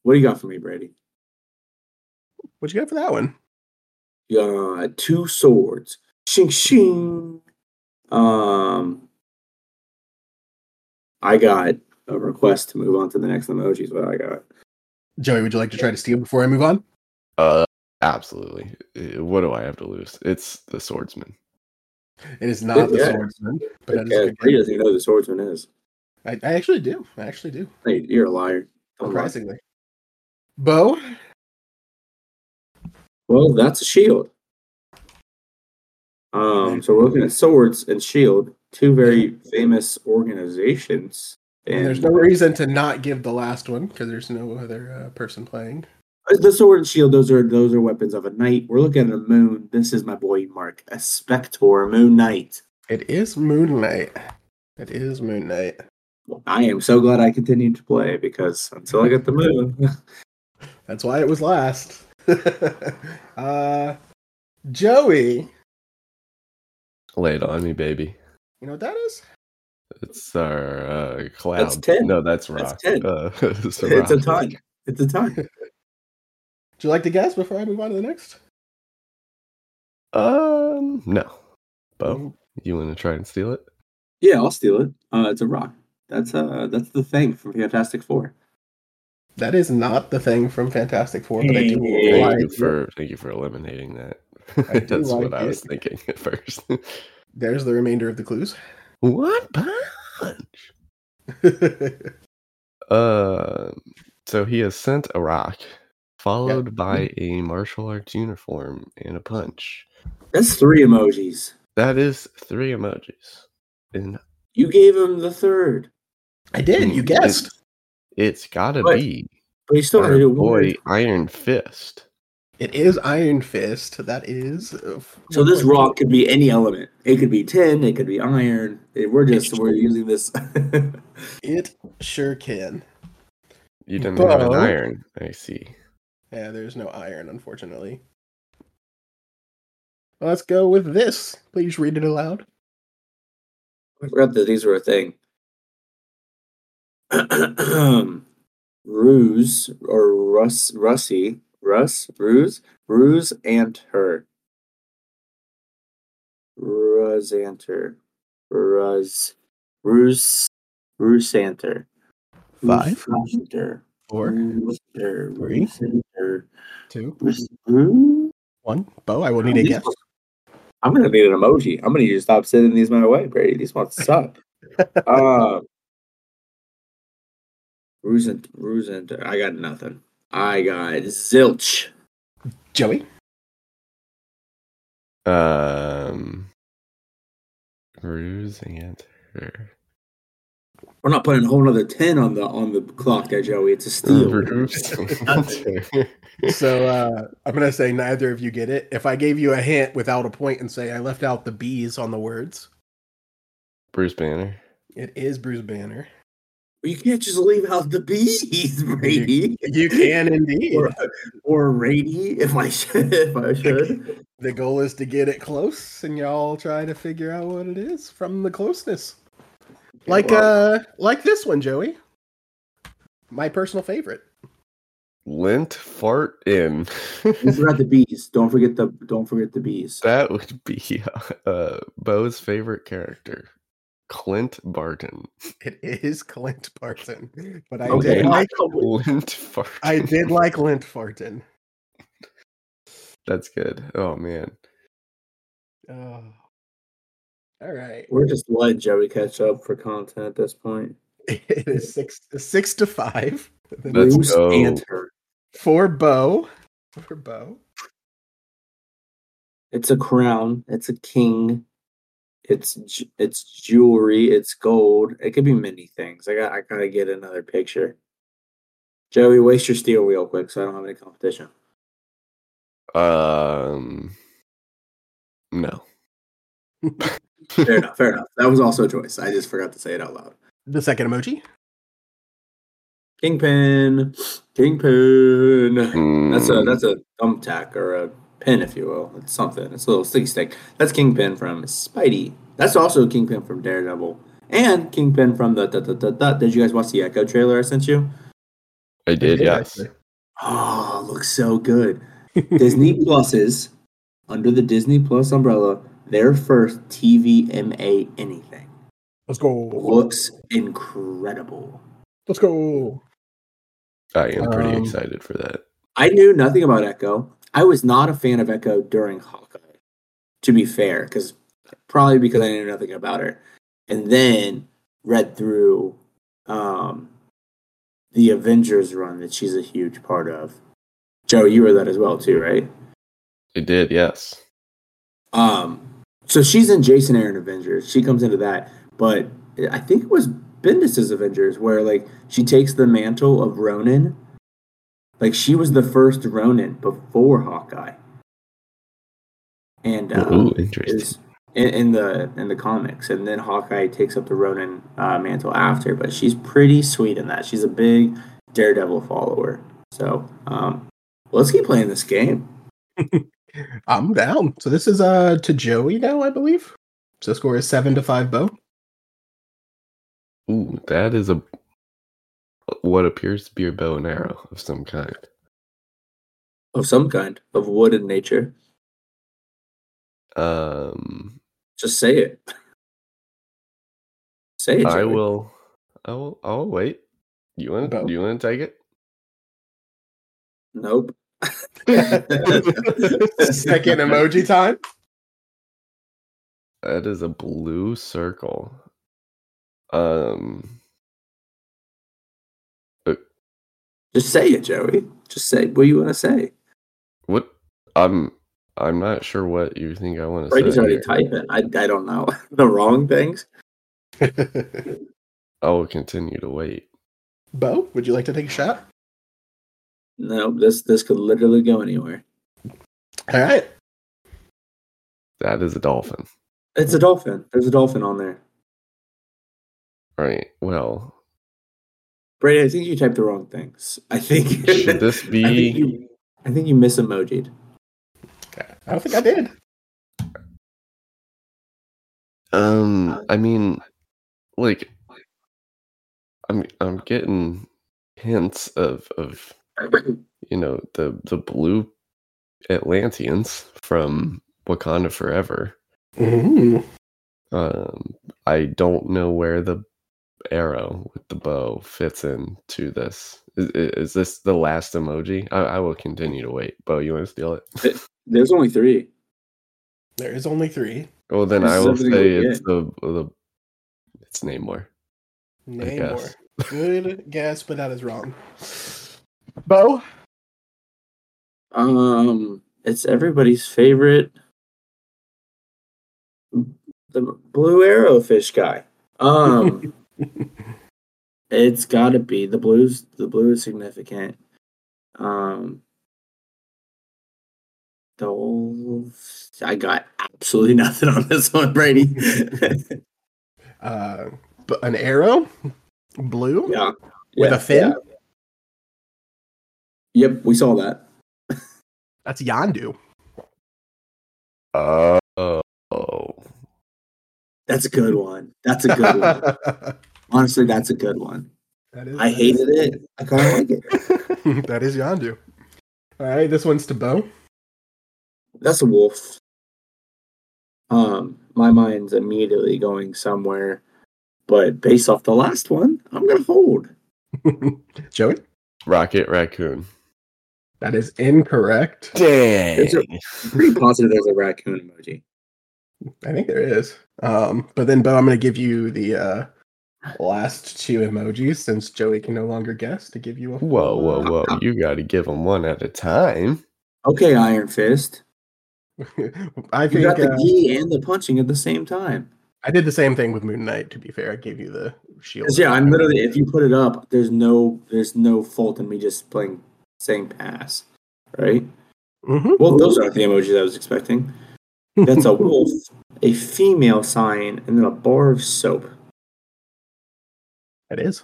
Speaker 3: What do you got for me, Brady?
Speaker 1: what you got for that one
Speaker 3: You got two swords. Shing shing. Um, I got a request to move on to the next emoji. Is what I got.
Speaker 1: joey would you like to try to steal before i move on
Speaker 2: Uh, absolutely. Uh, What do I have to lose? It's the swordsman.
Speaker 1: it is not the
Speaker 3: Yeah.
Speaker 1: swordsman but that is a
Speaker 3: Yeah,
Speaker 1: good
Speaker 3: Brady
Speaker 1: game.
Speaker 3: doesn't even know who the swordsman is.
Speaker 1: I, I actually do i actually do
Speaker 3: Hey, you're a liar. Don't lie.
Speaker 1: surprisingly bo
Speaker 3: Well, that's a shield. Um, so we're looking at swords and shield, two very famous organizations.
Speaker 1: and there's no reason to not give the last one because there's no other uh, person playing
Speaker 3: the sword and shield. Those are those are weapons of a knight. We're looking at a moon. This is my boy Mark, a Spector Moon Knight.
Speaker 1: It is Moon Knight. It is Moon Knight.
Speaker 3: I am so glad I continued to play because until I got the moon,
Speaker 1: That's why it was last. uh, Joey.
Speaker 2: Lay it on me, baby.
Speaker 1: You know what that is?
Speaker 2: It's our uh, cloud.
Speaker 3: That's 10.
Speaker 2: No, that's
Speaker 3: That's
Speaker 2: rock.
Speaker 3: 10.
Speaker 2: Uh, it's a
Speaker 3: it's a
Speaker 2: rock.
Speaker 3: ton. It's a ton.
Speaker 1: Would you like to guess before I move on to the next?
Speaker 2: Um, no.
Speaker 1: Mm-hmm.
Speaker 2: Bo, you want to try and steal it?
Speaker 3: Yeah, I'll steal it. Uh, it's a rock. That's uh, that's the thing from Fantastic Four.
Speaker 1: That is not the thing from Fantastic Four, but I do
Speaker 3: Hey.
Speaker 2: Thank
Speaker 1: like
Speaker 2: you
Speaker 1: it.
Speaker 2: for thank you for eliminating that.
Speaker 1: I do
Speaker 2: That's what
Speaker 1: like
Speaker 2: I
Speaker 1: it.
Speaker 2: was thinking at first.
Speaker 1: There's the remainder of the clues.
Speaker 2: what punch? Uh, so he has sent a rock, followed by
Speaker 1: Mm-hmm.
Speaker 2: a martial arts uniform and a punch.
Speaker 3: That's three emojis.
Speaker 2: That is three emojis, and
Speaker 3: You gave him the third,
Speaker 1: I did.
Speaker 3: Hmm.
Speaker 1: You
Speaker 2: Mm,
Speaker 1: guessed. Oh,
Speaker 2: it's gotta
Speaker 3: But-
Speaker 2: be
Speaker 3: but he still had to
Speaker 2: our
Speaker 3: do one.
Speaker 2: boy Iron Fist.
Speaker 1: It is Iron Fist. That is. uh,
Speaker 3: So this
Speaker 1: 1.2.
Speaker 3: rock could be any element. It could be tin. It could be iron. It- We're just we're using this.
Speaker 1: It sure can.
Speaker 2: You didn't have an
Speaker 1: Bo-
Speaker 2: iron. I see.
Speaker 1: Yeah, there's no iron, unfortunately. Let's go with this. Please read it aloud.
Speaker 3: I forgot that these were a thing. Ruse or Russ Russie Russ Ruse Ruse and her. Rusanter. Ruz Ruse Rusanter.
Speaker 1: Five,
Speaker 3: Rusanter.
Speaker 1: Four,
Speaker 3: Rusanter.
Speaker 1: three,
Speaker 3: Rusanter.
Speaker 1: two,
Speaker 3: Rus-
Speaker 1: Mm-hmm.
Speaker 3: Ru-
Speaker 1: one. Bo, I will need a
Speaker 3: These
Speaker 1: guess.
Speaker 3: ones- I'm gonna need an emoji. I'm gonna need you to stop sending these my way, Brady. These ones suck. um, Rusent, Rusent, I got nothing. I got zilch.
Speaker 1: Joey?
Speaker 2: Um, ruse and her.
Speaker 3: We're not putting a whole nother ten on the on the clock there, Joey. It's a steal.
Speaker 2: Ruse
Speaker 3: Nothing.
Speaker 2: and her.
Speaker 1: So uh, I'm going to say neither of you get it. If I gave you a hint without a point and say I left out the B's on the words,
Speaker 2: Bruce Banner.
Speaker 1: it is Bruce Banner.
Speaker 3: You can't just leave out the bees, Brady.
Speaker 1: You can indeed.
Speaker 3: Or, or Rady, if I should, if I should.
Speaker 1: The goal is to get it close, and y'all try to figure out what it is from the closeness. Like uh, like this one, Joey. My personal favorite.
Speaker 2: Lint fart in.
Speaker 3: we forgot the bees. Don't forget the don't forget the bees.
Speaker 2: that would be uh, Bo's favorite character, Clint Barton.
Speaker 1: It is Clint Barton, but I
Speaker 2: Okay.
Speaker 1: did like
Speaker 2: Lint fart.
Speaker 1: I did like Clint Barton.
Speaker 2: That's good. Oh man.
Speaker 1: Oh. All right,
Speaker 3: We're just letting Joey catch up for content at this point.
Speaker 1: it is six six to five. The next
Speaker 2: Let's
Speaker 3: Bruce
Speaker 2: go.
Speaker 3: and her.
Speaker 1: for Bo, for Bo.
Speaker 3: It's a crown. It's a king. It's ju- it's jewelry. It's gold. It could be many things. I got I gotta get another picture. Joey, waste your steel real quick, so I don't have any competition.
Speaker 2: Um. No.
Speaker 3: Fair enough. Fair enough. That was also a choice. I just forgot to say it out loud.
Speaker 1: The second emoji.
Speaker 3: Kingpin, kingpin. That's a
Speaker 2: Mm,
Speaker 3: that's a thumbtack or a pin, if you will. It's something. It's a little sticky stick. That's Kingpin from Spidey. That's also Kingpin from Daredevil and Kingpin from the. the, the, the, the- Did you guys watch the Echo trailer I sent you?
Speaker 2: I did. Yes.
Speaker 3: Oh, looks so good. Disney Plus's under the Disney Plus umbrella, their first TVMA anything
Speaker 1: Let's go.
Speaker 3: looks incredible.
Speaker 1: Let's go.
Speaker 2: I am pretty
Speaker 1: Um,
Speaker 2: excited for that.
Speaker 3: I knew nothing about Echo. I was not a fan of Echo during Hawkeye, to be fair, because probably because I knew nothing about her. And then read through um, the Avengers run that she's a huge part of. Joe, you were that as well too, right?
Speaker 2: I did. Yes.
Speaker 3: Um, so she's in Jason Aaron Avengers. She comes into that, but I think it was Bendis's Avengers where like she takes the mantle of Ronan Like she was the first Ronin before Hawkeye. And uh,
Speaker 2: Ooh, interesting.
Speaker 3: is in, in the in the comics, and then Hawkeye takes up the Ronin uh, mantle after. But she's pretty sweet in that. She's a big Daredevil follower. So um, let's keep playing this game.
Speaker 1: I'm down. So this is uh to Joey now, I believe. So score is seven to five, Bo.
Speaker 2: Ooh, that is a what appears to be a bow and arrow of some kind.
Speaker 3: Of some kind, of wood in nature.
Speaker 2: Um,
Speaker 3: Just say it. say it.
Speaker 2: I
Speaker 3: Joey.
Speaker 2: will. I will. I'll wait. You want?
Speaker 1: Bow.
Speaker 2: to You want to take it?
Speaker 3: Nope.
Speaker 1: Second emoji time.
Speaker 2: That is a blue circle. Um,
Speaker 3: Just say it, Joey. Just say what you want to say.
Speaker 2: what? I'm. I'm not sure what you think I want to say.
Speaker 3: Brady's already
Speaker 2: here.
Speaker 3: typing. I, I don't know the wrong things.
Speaker 2: I will Oh, continue to wait.
Speaker 1: Bo, would you like to take a shot?
Speaker 3: No, this this could literally go anywhere.
Speaker 1: All right.
Speaker 2: That is a dolphin.
Speaker 3: It's a dolphin. There's a dolphin on there.
Speaker 2: Right. Well,
Speaker 3: Brady, I think you typed the wrong things. I think
Speaker 2: should this
Speaker 3: I think
Speaker 2: be?
Speaker 3: you, I think you mis emojied.
Speaker 1: I don't think I did.
Speaker 2: Um, I mean, like, I'm I'm getting hints of of you know the the blue Atlanteans from Wakanda Forever.
Speaker 1: Mhm.
Speaker 2: Um, I don't know where the arrow with the bow fits into this. Is, i- is this the last emoji? I, I will continue to wait. Bo, you want to steal it?
Speaker 3: There's only three.
Speaker 1: There is only three.
Speaker 2: Well, then
Speaker 3: This
Speaker 2: I
Speaker 3: is
Speaker 2: will
Speaker 3: everything we
Speaker 2: say it's
Speaker 3: get.
Speaker 2: the the it's Namor.
Speaker 1: Namor.
Speaker 2: guess.
Speaker 1: Good guess, but that is wrong. Bo,
Speaker 3: Um, it's everybody's favorite, the blue arrowfish guy. Um, it's got to be the blues. The blue is significant. Um, dolls. I got absolutely nothing on this one, Brady.
Speaker 1: uh, b- an arrow, blue.
Speaker 3: yeah,
Speaker 1: With a
Speaker 3: Yeah,
Speaker 1: fin?
Speaker 3: yeah. Yep, we saw that.
Speaker 1: That's Yandu.
Speaker 2: Oh,
Speaker 3: That's a good one. That's a good one. Honestly, that's a good one.
Speaker 1: That is-
Speaker 3: I hated it. I kind of like it.
Speaker 1: that is Yandu. All right, this one's to Bo.
Speaker 3: That's a wolf. Um, my mind's immediately going somewhere, but based off the last one, I'm gonna hold.
Speaker 1: Joey,
Speaker 2: Rocket Raccoon.
Speaker 1: that is incorrect.
Speaker 2: Dang.
Speaker 3: It's a- Pretty positive there's a raccoon emoji.
Speaker 1: I think there is. Um, but then Bo, I'm going to give you the uh, last two emojis since Joey can no longer guess to give you a.
Speaker 2: Whoa, whoa, whoa! You got to give them one at a time.
Speaker 3: Okay, Iron Fist.
Speaker 1: I
Speaker 3: You
Speaker 1: think
Speaker 3: got the
Speaker 1: uh,
Speaker 3: gi and the punching at the same time.
Speaker 1: I did the same thing with Moon Knight. To be fair, I gave you the
Speaker 3: 'Cause,
Speaker 1: shield.
Speaker 3: Yeah, I'm literally. If you put it up, there's no there's no fault in me just playing saying pass, right?
Speaker 1: Mhm.
Speaker 3: Well, those aren't the emojis I was expecting. That's a wolf, a female sign, and then a bar of soap.
Speaker 1: That is.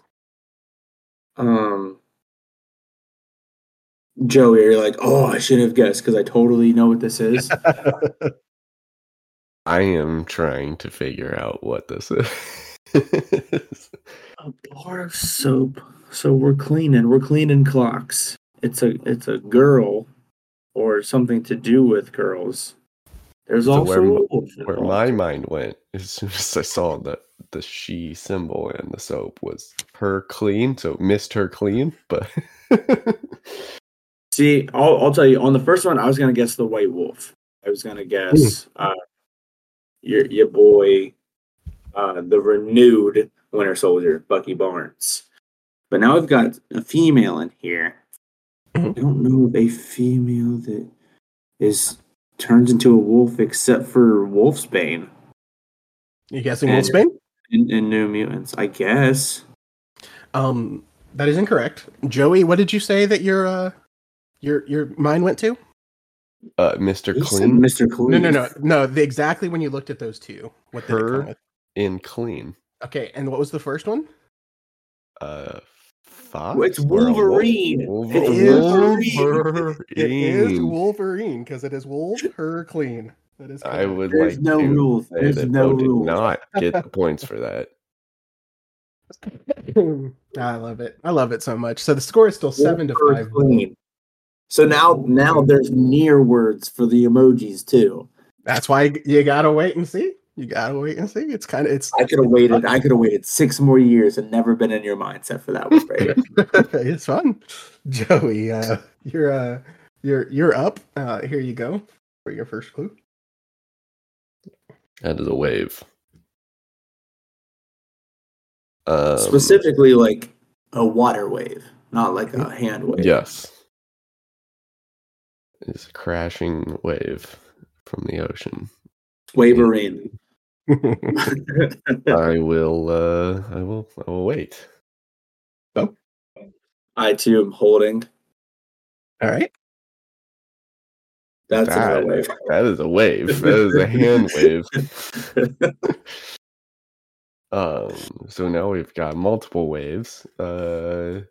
Speaker 3: um Joey, you're like, oh, I should have guessed because I totally know what this is.
Speaker 2: I am trying to figure out what this is.
Speaker 3: a bar of soap. So we're cleaning. We're cleaning clocks. It's a it's a girl, or something to do with girls. There's
Speaker 2: So
Speaker 3: also
Speaker 2: where
Speaker 3: a
Speaker 2: m-
Speaker 3: wolf
Speaker 2: Where
Speaker 3: involved.
Speaker 2: my mind went as soon as I saw the the she symbol and the soap was her clean, so missed her clean, but
Speaker 3: See, I'll, I'll tell you on the first one, I was gonna guess the white wolf. I was gonna guess
Speaker 2: Hmm.
Speaker 3: uh, your your boy, uh, the renewed Winter Soldier, Bucky Barnes. But now I've got a female in here. I
Speaker 2: Mm-hmm.
Speaker 1: Mhm.
Speaker 3: don't know of a female that is turns into a wolf except for Wolfsbane
Speaker 1: You guessing
Speaker 3: And-
Speaker 1: Wolfsbane?
Speaker 3: in, in New Mutants, I guess.
Speaker 1: Um, that is incorrect. Joey, what did you say that your uh, Your your mind went to?
Speaker 2: Uh, Mr.
Speaker 3: He said
Speaker 2: Clean
Speaker 3: Mr. Clean.
Speaker 1: No, no, no, no. The, exactly when you looked at those two, what did it
Speaker 2: Her?
Speaker 1: come with?
Speaker 2: in Clean.
Speaker 1: Okay, and what was the first one?
Speaker 2: Uh, Fox?
Speaker 3: It's
Speaker 2: Or a wolf?
Speaker 3: Wolverine.
Speaker 2: Wolver-
Speaker 3: It is
Speaker 2: Wolverine.
Speaker 1: It is Wolverine because it is wolf her clean. That is.
Speaker 2: I
Speaker 1: correct.
Speaker 2: would
Speaker 3: There's
Speaker 2: like
Speaker 3: no
Speaker 2: to
Speaker 3: rules.
Speaker 2: say
Speaker 3: There's
Speaker 2: that
Speaker 3: no
Speaker 2: Bo did
Speaker 3: rules.
Speaker 2: not get the points for that.
Speaker 1: I love it. I love it so much. So the score is still seven to
Speaker 3: Wolf
Speaker 1: five.
Speaker 3: Clean. So now, now there's near words for the emojis too.
Speaker 1: That's why you gotta wait and see. You gotta wait and see. It's kind of it's
Speaker 3: I could have waited. I could have waited six more years and never been in your mindset for that one. Right?
Speaker 1: it's fun. Joey, uh, you're uh, you're you're up. Uh, here you go for your first clue.
Speaker 2: That is a wave. Um,
Speaker 3: Specifically, like a water wave, not like a hand wave.
Speaker 2: Yes. It's a crashing wave from the ocean.
Speaker 3: Waverine.
Speaker 2: I will uh I will I will wait.
Speaker 3: I too am holding.
Speaker 1: All right.
Speaker 3: That's
Speaker 2: that,
Speaker 3: another wave.
Speaker 2: that is a wave. That is a hand wave. Um so now we've got multiple waves. Uh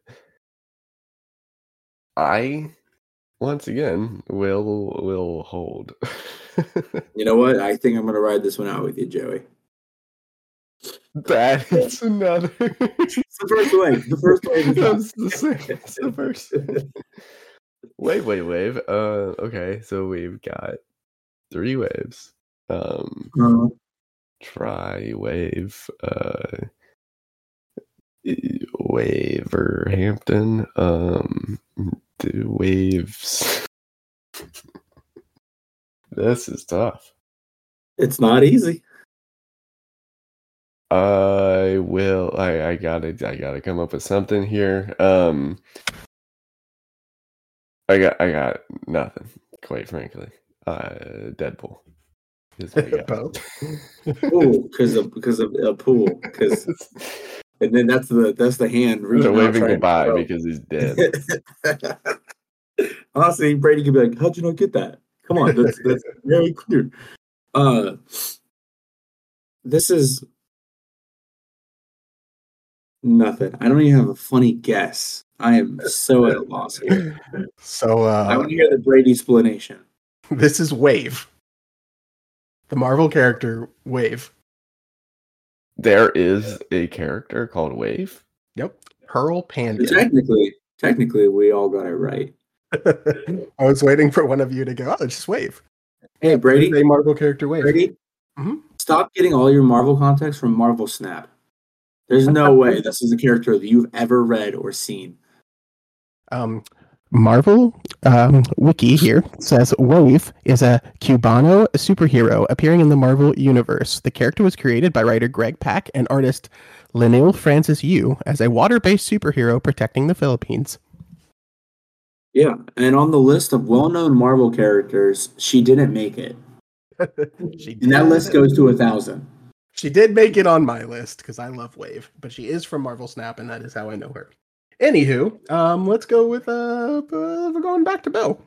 Speaker 2: I once again will will hold.
Speaker 3: You know what? I think I'm gonna ride this one out with you, Joey.
Speaker 2: that is another
Speaker 3: It's the first wave. The first wave. Is
Speaker 2: That's the same as the first. Wave, wave, wave. Uh, okay, so we've got three waves. Um,
Speaker 3: Uh,
Speaker 2: try wave. Uh, Waverhampton. Um, the waves. this is tough.
Speaker 3: it's not easy.
Speaker 2: I will. I I gotta I gotta come up with something here. Um, I got I got nothing. Quite frankly, uh, Deadpool. is what I got.
Speaker 1: Bo?
Speaker 3: Oh, Ooh, because of because of a pool. Because and then that's the that's the hand
Speaker 2: They're
Speaker 3: reaching out
Speaker 2: waving
Speaker 3: trying to
Speaker 2: goodbye
Speaker 3: throw.
Speaker 2: because he's dead.
Speaker 3: Honestly, Brady could be like, "How'd you not get that? Come on, that's that's very clear." Uh, this is nothing. I don't even have a funny guess. I am so at a loss here.
Speaker 1: So
Speaker 3: I
Speaker 1: uh,
Speaker 3: want to hear the Brady explanation.
Speaker 1: this is Wave, the Marvel character Wave.
Speaker 2: there is a character called Wave.
Speaker 1: Yep, Pearl Panda.
Speaker 3: Technically, technically, we all got it right.
Speaker 1: I was waiting for one of you to go. Oh, just Wave.
Speaker 3: Hey, Brady,
Speaker 1: There's a Marvel character Wave.
Speaker 3: Brady,
Speaker 1: Mhm.
Speaker 3: stop getting all your Marvel contacts from Marvel Snap. There's no way this is a character that you've ever read or seen.
Speaker 1: Um, Marvel um, Wiki here says Wave is a Cubano superhero appearing in the Marvel Universe. The character was created by writer Greg Pak and artist Lenil Francis Yu as a water based superhero protecting the Philippines.
Speaker 3: Yeah, and on the list of well-known Marvel characters, she didn't make it,
Speaker 1: she,
Speaker 3: and that list goes to a thousand.
Speaker 1: she did make it on my list because I love Wave, but she is from Marvel Snap, and that is how I know her. Anywho, um, let's go with uh, uh, we're going back to Bill.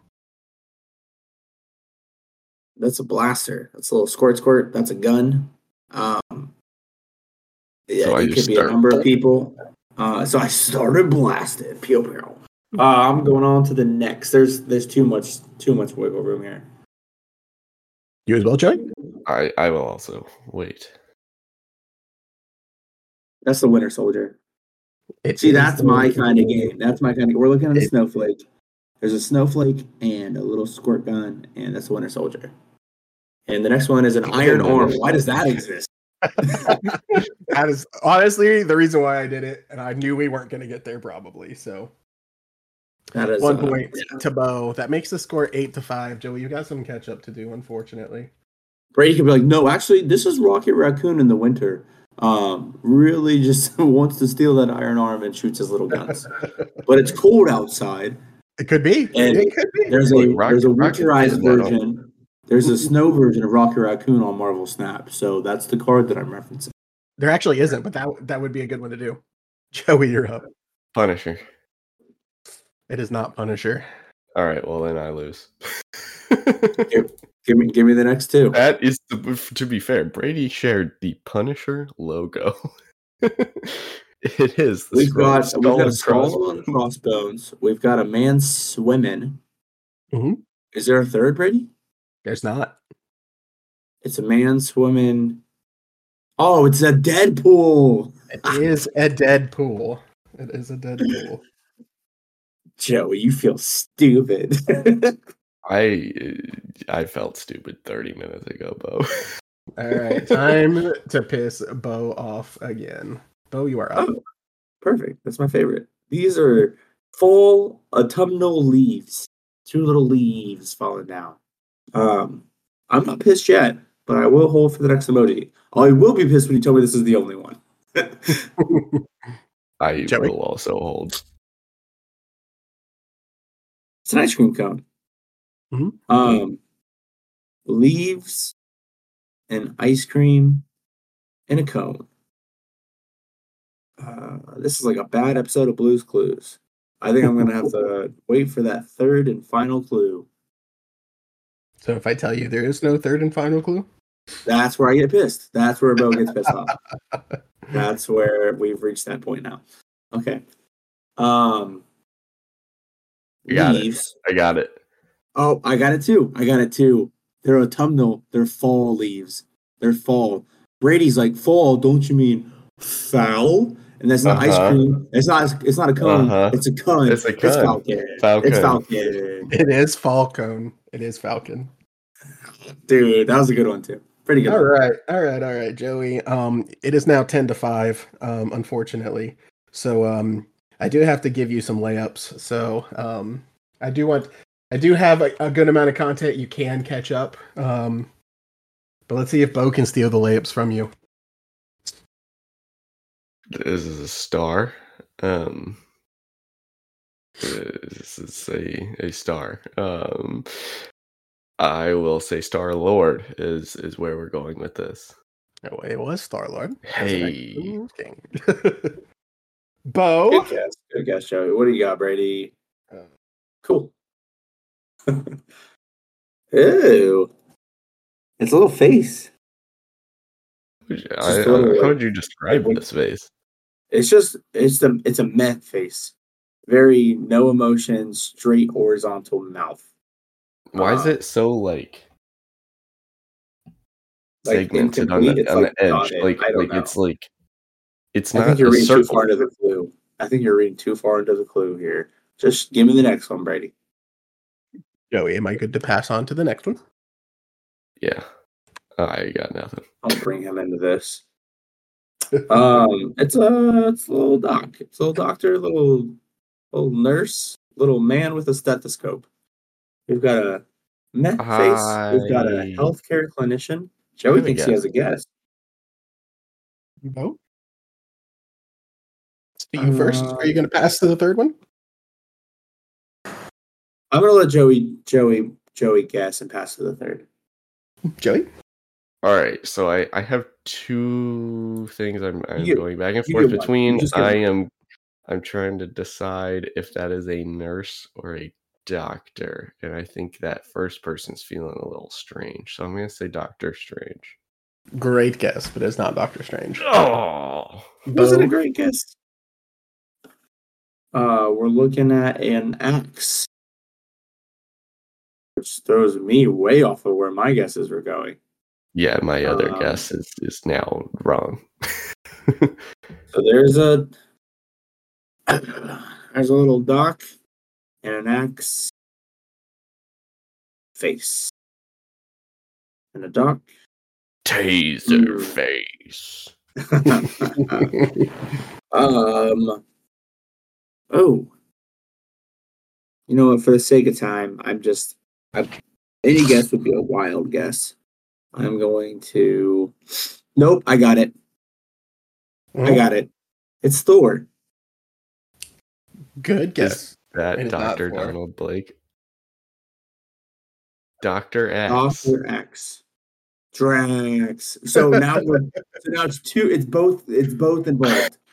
Speaker 3: That's a blaster. That's a little squirt, squirt. That's a gun. Um, yeah,
Speaker 2: So I
Speaker 3: it
Speaker 2: just
Speaker 3: could be a
Speaker 2: start-
Speaker 3: number of people. Uh, so I started blasting. Pew pew. Uh, I'm going on to the next. There's there's too much too much wiggle room here.
Speaker 1: You as well, Joey.
Speaker 2: I I will also wait.
Speaker 3: That's the Winter Soldier.
Speaker 1: It
Speaker 3: See,
Speaker 1: is
Speaker 3: that's
Speaker 1: the-
Speaker 3: my kind of game. That's my kind of. We're looking at a
Speaker 1: It-
Speaker 3: snowflake. There's a snowflake and a little squirt gun, and that's the Winter Soldier. And the next one is an
Speaker 1: Oh
Speaker 3: iron arm. Why does that exist?
Speaker 1: That is honestly the reason why I did it, and I knew we weren't going to get there probably. So
Speaker 3: That is
Speaker 1: one
Speaker 3: uh,
Speaker 1: point to Bo. That makes the score eight to five. Joey, you got some catch up to do, unfortunately.
Speaker 3: Brady could be like, no, actually, this is Rocket Raccoon in the winter. Um, really just wants to steal that iron arm and shoots his little guns.
Speaker 1: it
Speaker 3: but it's cold outside.
Speaker 1: could be.
Speaker 3: And
Speaker 1: it could be.
Speaker 3: There's a
Speaker 2: Wait, Rocket-
Speaker 3: there's a
Speaker 2: Rocket
Speaker 3: winterized
Speaker 2: is that all?
Speaker 3: version. There's a snow version of Rocket Raccoon on Marvel Snap. So that's the card that I'm referencing.
Speaker 1: There actually isn't, but that that would be a good one to do. Joey, you're up.
Speaker 2: Punisher.
Speaker 1: It is not Punisher.
Speaker 2: All right. Well, then I lose.
Speaker 3: Give me, give me the next two.
Speaker 2: that is the, to be fair. Brady shared the Punisher logo. it is. The
Speaker 3: We've got,
Speaker 2: skull-
Speaker 3: we've got a
Speaker 2: and
Speaker 3: skull
Speaker 2: crossbones.
Speaker 3: and crossbones. We've got a man swimming.
Speaker 1: Mhm.
Speaker 3: Is there a third, Brady?
Speaker 1: There's not.
Speaker 3: It's a man swimming. Oh, it's a Deadpool.
Speaker 1: It is a dead pool. It is a dead pool.
Speaker 3: Joey, you feel stupid.
Speaker 2: I I felt stupid 30 minutes ago, Bo.
Speaker 1: All right, time to piss Bo off again. Bo, you are up.
Speaker 3: Oh, perfect. That's my favorite. These are full autumnal leaves. Two little leaves falling down. Um, I'm not pissed yet, but I will hold for the next emoji. I will be pissed when you tell me this is the only one.
Speaker 2: I
Speaker 1: Joey?
Speaker 2: will also hold.
Speaker 3: It's an ice cream cone.
Speaker 1: Mhm.
Speaker 2: Mm-hmm.
Speaker 3: Um, leaves and ice cream in a cone. Uh, this is like a bad episode of Blues Clues. I think I'm gonna have to wait for that third and final clue.
Speaker 1: So if I tell you there is no third and final clue,
Speaker 3: That's where I get pissed. That's where Bo gets pissed off. That's where we've reached that point now. Okay. Um,
Speaker 2: You got it.
Speaker 3: leaves.
Speaker 2: I got it.
Speaker 3: Oh, I got it too. I got it too. They're autumnal. They're fall leaves. They're fall. Brady's like fall. Don't you mean foul? And that's not ice
Speaker 2: Uh-huh.
Speaker 3: cream. It's not. It's not a cone.
Speaker 2: Uh-huh.
Speaker 3: It's a cone.
Speaker 2: It's a
Speaker 3: It's
Speaker 2: cone.
Speaker 3: falcon.
Speaker 2: Falcon.
Speaker 3: It's falcon.
Speaker 1: it is Falcon. It is Falcon.
Speaker 3: Dude, that was a good one too. Pretty good.
Speaker 1: All
Speaker 3: one.
Speaker 1: right, all right, all right, Joey. Um, it is now ten to five. Um, unfortunately, so um, I do have to give you some layups. So um, I do want, I do have a, a good amount of content you can catch up. Um, but let's see if Bo can steal the layups from you.
Speaker 2: This is a star. Um this is a a star. Um I will say Star Lord is is where we're going with this.
Speaker 1: Oh, it was Star Lord.
Speaker 2: Hey.
Speaker 1: Bo.
Speaker 3: Good guess. Good guess, Joey. What do you got, Brady?
Speaker 1: Uh,
Speaker 3: Cool. Ew. It's a little face.
Speaker 2: I- I-
Speaker 3: Star Lord.
Speaker 2: how would you describe
Speaker 3: Like,
Speaker 2: this face?
Speaker 3: It's just it's the it's a meth face. Very no emotion, straight horizontal mouth.
Speaker 2: Why is
Speaker 3: uh,
Speaker 2: it so like
Speaker 3: like,
Speaker 2: segmented on
Speaker 3: incomplete,
Speaker 2: the
Speaker 3: it's,
Speaker 2: on
Speaker 3: like,
Speaker 2: the edge?
Speaker 3: dotted.
Speaker 2: Like
Speaker 3: I don't
Speaker 2: like it's
Speaker 3: know.
Speaker 2: like it's
Speaker 3: I
Speaker 2: not
Speaker 3: think you're
Speaker 2: a
Speaker 3: reading too
Speaker 2: circle.
Speaker 3: far into the clue. I think you're reading too far into the clue here. Just give me the next one, Brady.
Speaker 1: Joey, am I good to pass on to the next one?
Speaker 2: Yeah. I got nothing.
Speaker 3: I'll bring him into this. Um, it's a it's a little doc. It's a little doctor, little little nurse, little man with a stethoscope. We've got a meth face. We've got a
Speaker 2: I-
Speaker 3: healthcare clinician. Joey
Speaker 2: a
Speaker 3: thinks he
Speaker 2: guess.
Speaker 3: has a guess.
Speaker 1: Bo. See you first. Are you going to pass to the third one?
Speaker 3: I'm gonna let Joey, Joey, Joey guess and pass to the third.
Speaker 1: Joey?
Speaker 2: All right, so I, I have two things I'm, I'm
Speaker 3: You-
Speaker 2: going back and
Speaker 3: you
Speaker 2: forth
Speaker 3: get one. You
Speaker 2: between.
Speaker 3: just get
Speaker 2: I
Speaker 3: one.
Speaker 2: am I'm trying to decide if that is a nurse or a doctor, and I think that first person's feeling a little strange, so I'm gonna say Doctor Strange.
Speaker 1: Great guess, but it's not Doctor Strange.
Speaker 2: Oh,
Speaker 3: Wasn't a
Speaker 1: Bo.
Speaker 3: great guess. Uh, we're looking at an axe, which throws me way off of where my guesses were going.
Speaker 2: yeah, my other
Speaker 3: Um,
Speaker 2: guess is is now wrong.
Speaker 3: So there's a there's a little doc and an axe face and a doc.
Speaker 2: Taser face.
Speaker 3: Um. Oh. You know what? For the sake of time, I'm just. I, any guess would be a wild guess. I'm going to. Nope, I got it.
Speaker 1: Oh,
Speaker 3: I got it. It's Thor.
Speaker 1: Good guess.
Speaker 2: That
Speaker 1: Rated that
Speaker 2: Doctor
Speaker 1: for.
Speaker 2: Donald Blake. Doctor X.
Speaker 3: Doctor X. Drax. So now we're. So now it's two. It's both. It's both involved.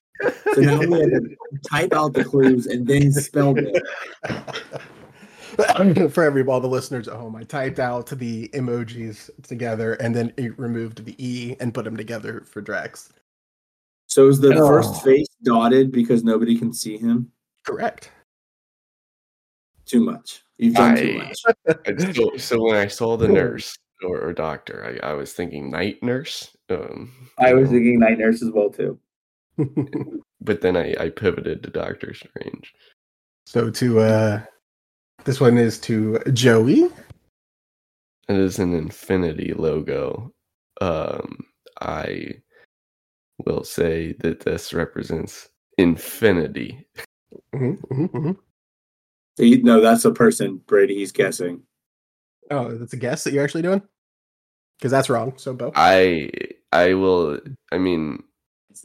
Speaker 3: So now we had to type out the clues and then spell it.
Speaker 1: for every all the listeners at home, I typed out the emojis together and then it removed the E and put them together for Drax.
Speaker 3: So is the
Speaker 2: Oh.
Speaker 3: first face dotted because nobody can see him?
Speaker 1: Correct.
Speaker 3: Too much. You've done too
Speaker 2: I-
Speaker 3: much.
Speaker 2: And So, so when I saw the nurse or, or doctor, I, I was thinking night nurse. Um,
Speaker 3: I
Speaker 2: you
Speaker 3: was e
Speaker 2: know,
Speaker 3: thinking night nurse as well too.
Speaker 2: but then I, I pivoted to Doctor Strange.
Speaker 1: so to uh this one is to Joey.
Speaker 2: It is an infinity logo. Um, I will say that this represents infinity.
Speaker 1: Mhm,
Speaker 2: Mm-hmm,
Speaker 1: mhm, mhm.
Speaker 3: So you- no, that's a person, Brady. He's guessing.
Speaker 1: Oh, that's a guess that you're actually doing? Because that's wrong. So Bo.
Speaker 2: I I will. I mean,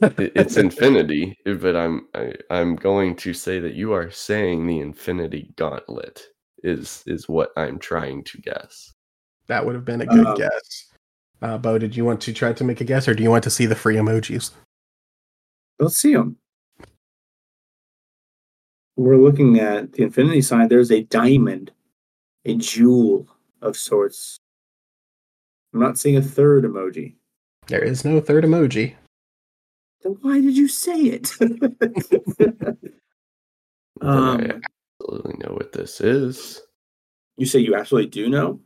Speaker 2: it- it's infinity, but I'm I, I'm going to say that you are saying the infinity gauntlet is is what I'm trying to guess.
Speaker 1: That would have been a good
Speaker 3: Um,
Speaker 1: guess. Uh, Bo, did you want to try to make a guess, or do you want to see the free emojis?
Speaker 3: Let's see him. We're looking at the infinity sign. There's a diamond, a jewel of sorts. I'm not seeing a third emoji.
Speaker 1: There is no third emoji.
Speaker 3: Then why did you say it?
Speaker 2: Then I
Speaker 3: Um,
Speaker 2: absolutely know what this is.
Speaker 3: you say you actually do know?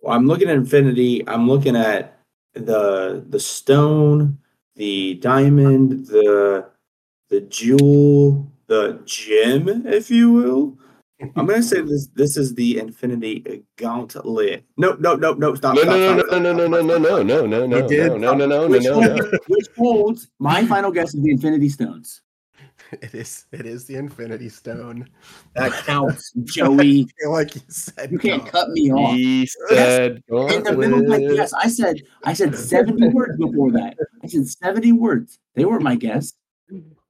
Speaker 3: Well, I'm looking at infinity. I'm looking at the the stone, the diamond, the the jewel, the gem, if you will. I'm gonna say this. This is the infinity gauntlet. No, no, no, no. Stop.
Speaker 2: No,
Speaker 3: stop,
Speaker 2: no, no,
Speaker 3: stop,
Speaker 2: no,
Speaker 3: stop,
Speaker 2: no, no,
Speaker 3: stop,
Speaker 2: no,
Speaker 3: stop,
Speaker 2: no,
Speaker 3: stop.
Speaker 2: no, no, no, no,
Speaker 1: You did?
Speaker 2: no, no, no, no, no,
Speaker 3: Which
Speaker 2: no,
Speaker 3: holds,
Speaker 2: no.
Speaker 3: which holds my final guess is the infinity stones.
Speaker 1: It is. It is the Infinity Stone.
Speaker 3: That counts, Joey.
Speaker 1: I feel like you said,
Speaker 4: You can't
Speaker 1: no.
Speaker 4: cut me off.
Speaker 2: He said
Speaker 4: In the middle of my
Speaker 2: gauntlet.
Speaker 4: guess, I said I said 70 words before that. I said 70 words. They weren't my guess.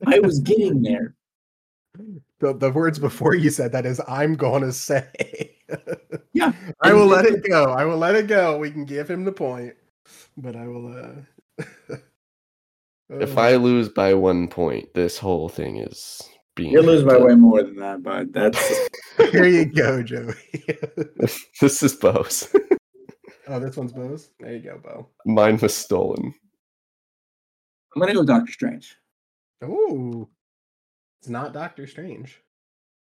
Speaker 4: I was getting there.
Speaker 1: The, the words before you said that is, I'm gonna say.
Speaker 4: Yeah,
Speaker 1: I will let it go. I will let it go. We can give him the point, but I will. uh
Speaker 2: If
Speaker 1: uh,
Speaker 2: I lose by one point, this whole thing is being.
Speaker 3: You lose by
Speaker 2: undone.
Speaker 3: way more than that, but that's
Speaker 1: here you go, Joey.
Speaker 2: This is Bose.
Speaker 1: oh, this one's Bo's. There you go, Bo.
Speaker 2: Mine was stolen.
Speaker 4: I'm gonna go Doctor Strange.
Speaker 1: Ooh, it's not Doctor Strange.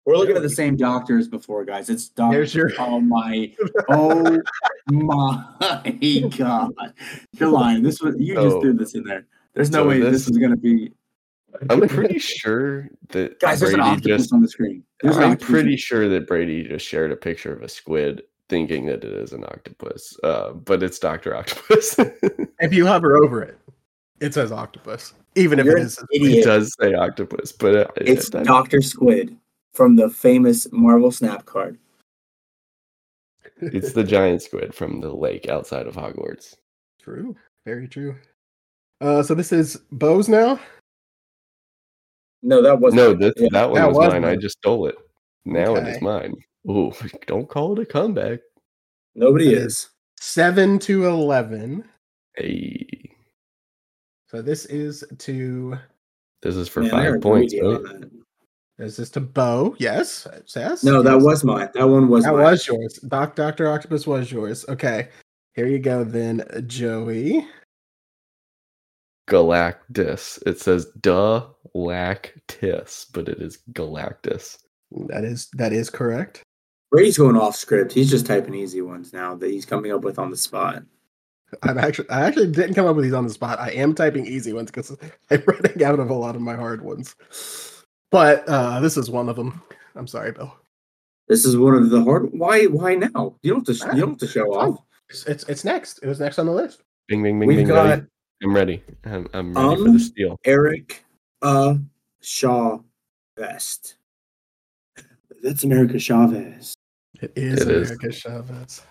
Speaker 3: we're
Speaker 4: We're looking at the same doctor as before, guys. It's Doctor.
Speaker 1: There's your-
Speaker 4: Oh my! Oh my God! You're lying. This was you just
Speaker 2: Oh.
Speaker 4: threw this in there. There's no
Speaker 2: So
Speaker 4: way this,
Speaker 2: this-
Speaker 4: is gonna be.
Speaker 2: I'm pretty sure that
Speaker 4: Guys, there's an
Speaker 2: Brady
Speaker 4: octopus
Speaker 2: just.
Speaker 4: on the screen. There's an
Speaker 2: I'm
Speaker 4: octopus.
Speaker 2: pretty sure that Brady just shared a picture of a squid, thinking that it is an octopus. Uh, but it's Doctor Octopus.
Speaker 1: If you hover over it, it says octopus. Even if
Speaker 3: Oh, You're
Speaker 1: it
Speaker 3: an
Speaker 1: is
Speaker 2: It
Speaker 3: idiot.
Speaker 2: does say octopus, but uh,
Speaker 3: It's
Speaker 2: that-
Speaker 3: Doctor Squid from the famous Marvel Snap card.
Speaker 2: it's the giant squid from the lake outside of Hogwarts.
Speaker 1: true, very true. Uh, so this is Bo's now.
Speaker 3: No, that wasn't.
Speaker 2: no, this,
Speaker 3: yeah,
Speaker 2: that one
Speaker 1: that
Speaker 2: was,
Speaker 1: was
Speaker 2: mine. I
Speaker 1: mine.
Speaker 2: just stole it. Now it
Speaker 1: Okay.
Speaker 2: is mine. Ooh, don't call it a comeback.
Speaker 3: nobody
Speaker 1: That
Speaker 3: is.
Speaker 1: Seven to eleven.
Speaker 2: Hey,
Speaker 1: So this is to
Speaker 2: this is for
Speaker 3: Man, I
Speaker 2: five
Speaker 3: heard
Speaker 2: points. oh.
Speaker 3: media
Speaker 2: Right?
Speaker 3: on that.
Speaker 1: this is to Bo. Yes, it says
Speaker 3: No, that
Speaker 1: yes.
Speaker 3: was mine. That one was.
Speaker 1: that
Speaker 3: mine.
Speaker 1: was yours. Doc Doctor Octopus was yours. Okay, here you go then, Joey.
Speaker 2: Galactus. It says duh lactis, but it is Galactus.
Speaker 1: That is that is correct.
Speaker 3: Brady's going off script. He's just typing easy ones now that he's coming up with on the spot.
Speaker 1: I'm actually I actually didn't come up with these on the spot. I am typing easy ones because I'm running out of a lot of my hard ones. But uh, this is one of them. I'm sorry, Bill.
Speaker 3: This is one of the hard. Why? Why now? You don't have to. You don't have to show off.
Speaker 1: It's, it's it's next. It was next on the list.
Speaker 2: Bing, bing, bing,
Speaker 3: We've
Speaker 2: bing.
Speaker 3: got
Speaker 2: ready? I'm ready. I'm, I'm ready for
Speaker 3: Um,
Speaker 2: the steal.
Speaker 3: Eric, uh, Shaw, vest. That's America Chavez.
Speaker 1: It is
Speaker 2: It is.
Speaker 1: America Chavez.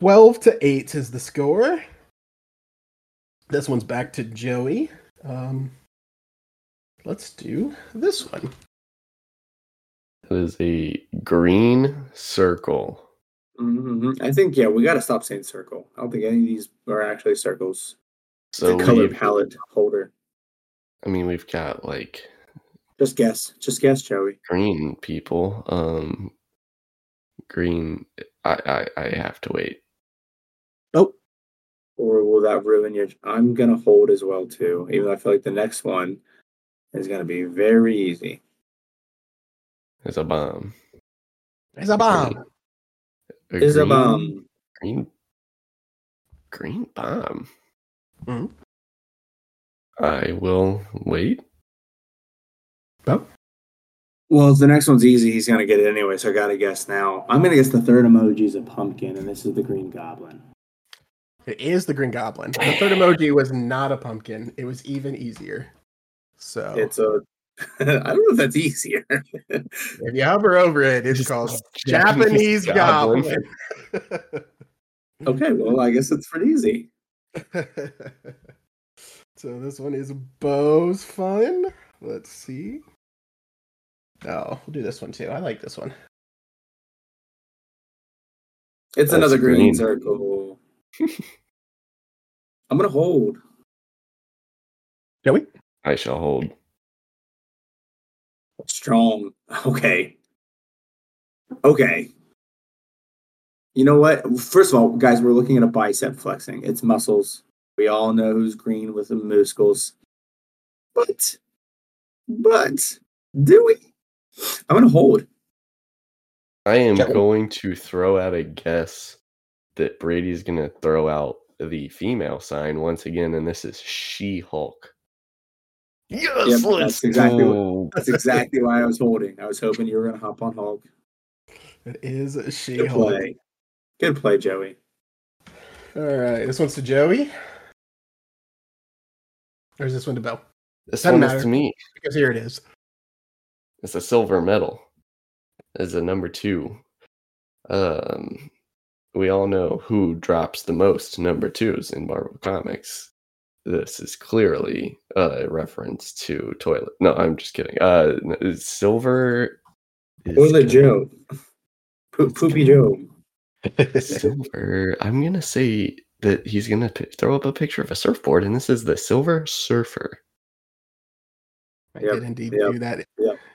Speaker 1: Twelve to eight is the score. This one's back to Joey. Um, let's do this one.
Speaker 2: It is a green circle.
Speaker 3: hmm I think yeah, we got to stop saying circle. I don't think any of these are actually circles.
Speaker 2: So
Speaker 3: the color
Speaker 2: we've,
Speaker 3: palette holder.
Speaker 2: I mean, we've got like
Speaker 3: Just guess. Just guess, Joey.
Speaker 2: green people. Um, green. I I, I have to wait.
Speaker 3: Or will that ruin your? I'm gonna hold as well too, even though I feel like the next one is gonna be very easy.
Speaker 2: It's a bomb.
Speaker 1: It's a bomb.
Speaker 2: A
Speaker 3: Is um, a
Speaker 2: green-
Speaker 3: bomb.
Speaker 2: Green. Green bomb.
Speaker 1: Mhm.
Speaker 2: I will wait.
Speaker 3: Well, if the next one's easy, he's gonna get it anyway. So I gotta guess now. I'm gonna guess the third emoji is a pumpkin, and this is the Green Goblin.
Speaker 1: It is the Green Goblin. The third emoji was not a pumpkin. It was even easier. So
Speaker 3: It's a. I don't know if that's easier.
Speaker 1: if you hover over it, it's called Japanese, Goblin.
Speaker 3: okay, well, I guess it's pretty easy.
Speaker 1: so this one is Bo's fun. Let's see. Oh, we'll do this one too. I like this one.
Speaker 3: It's
Speaker 2: That's
Speaker 3: another green,
Speaker 2: green.
Speaker 3: circle. I'm gonna hold.
Speaker 1: Joey?
Speaker 2: I shall hold.
Speaker 3: Strong. Okay. Okay. You know what? First of all, guys, we're looking at a bicep flexing. It's muscles. We all know who's green with the muscles. But, but, do we? I'm going to hold.
Speaker 2: I am
Speaker 1: Joey.
Speaker 2: going to throw out a guess that Brady's going to throw out the female sign once again, and this is She Hulk.
Speaker 3: Yep,
Speaker 1: Yes,
Speaker 3: that's exactly what, that's exactly why I was holding. I was hoping you were going to hop on Hulk.
Speaker 1: It is She
Speaker 3: Good
Speaker 1: Hulk.
Speaker 3: play. Good play, Joey.
Speaker 1: All right, this one's to Joey. Or is this one to Bo?
Speaker 2: This
Speaker 1: Doesn't
Speaker 2: one is
Speaker 1: matter.
Speaker 2: to me.
Speaker 1: Because here it is.
Speaker 2: It's a silver medal. It's a number two. Um, we all know who drops the most number twos in Marvel Comics. This is clearly a reference to toilet. No, I'm just kidding. Uh, n- silver. is
Speaker 3: Toilet
Speaker 2: gonna-
Speaker 3: Joe. Po- Poopy Joe.
Speaker 2: silver. I'm gonna say that he's gonna pi throw up a picture of a surfboard, and this is the Silver Surfer.
Speaker 1: I
Speaker 3: Yep,
Speaker 1: did indeed
Speaker 3: yep.
Speaker 1: do that.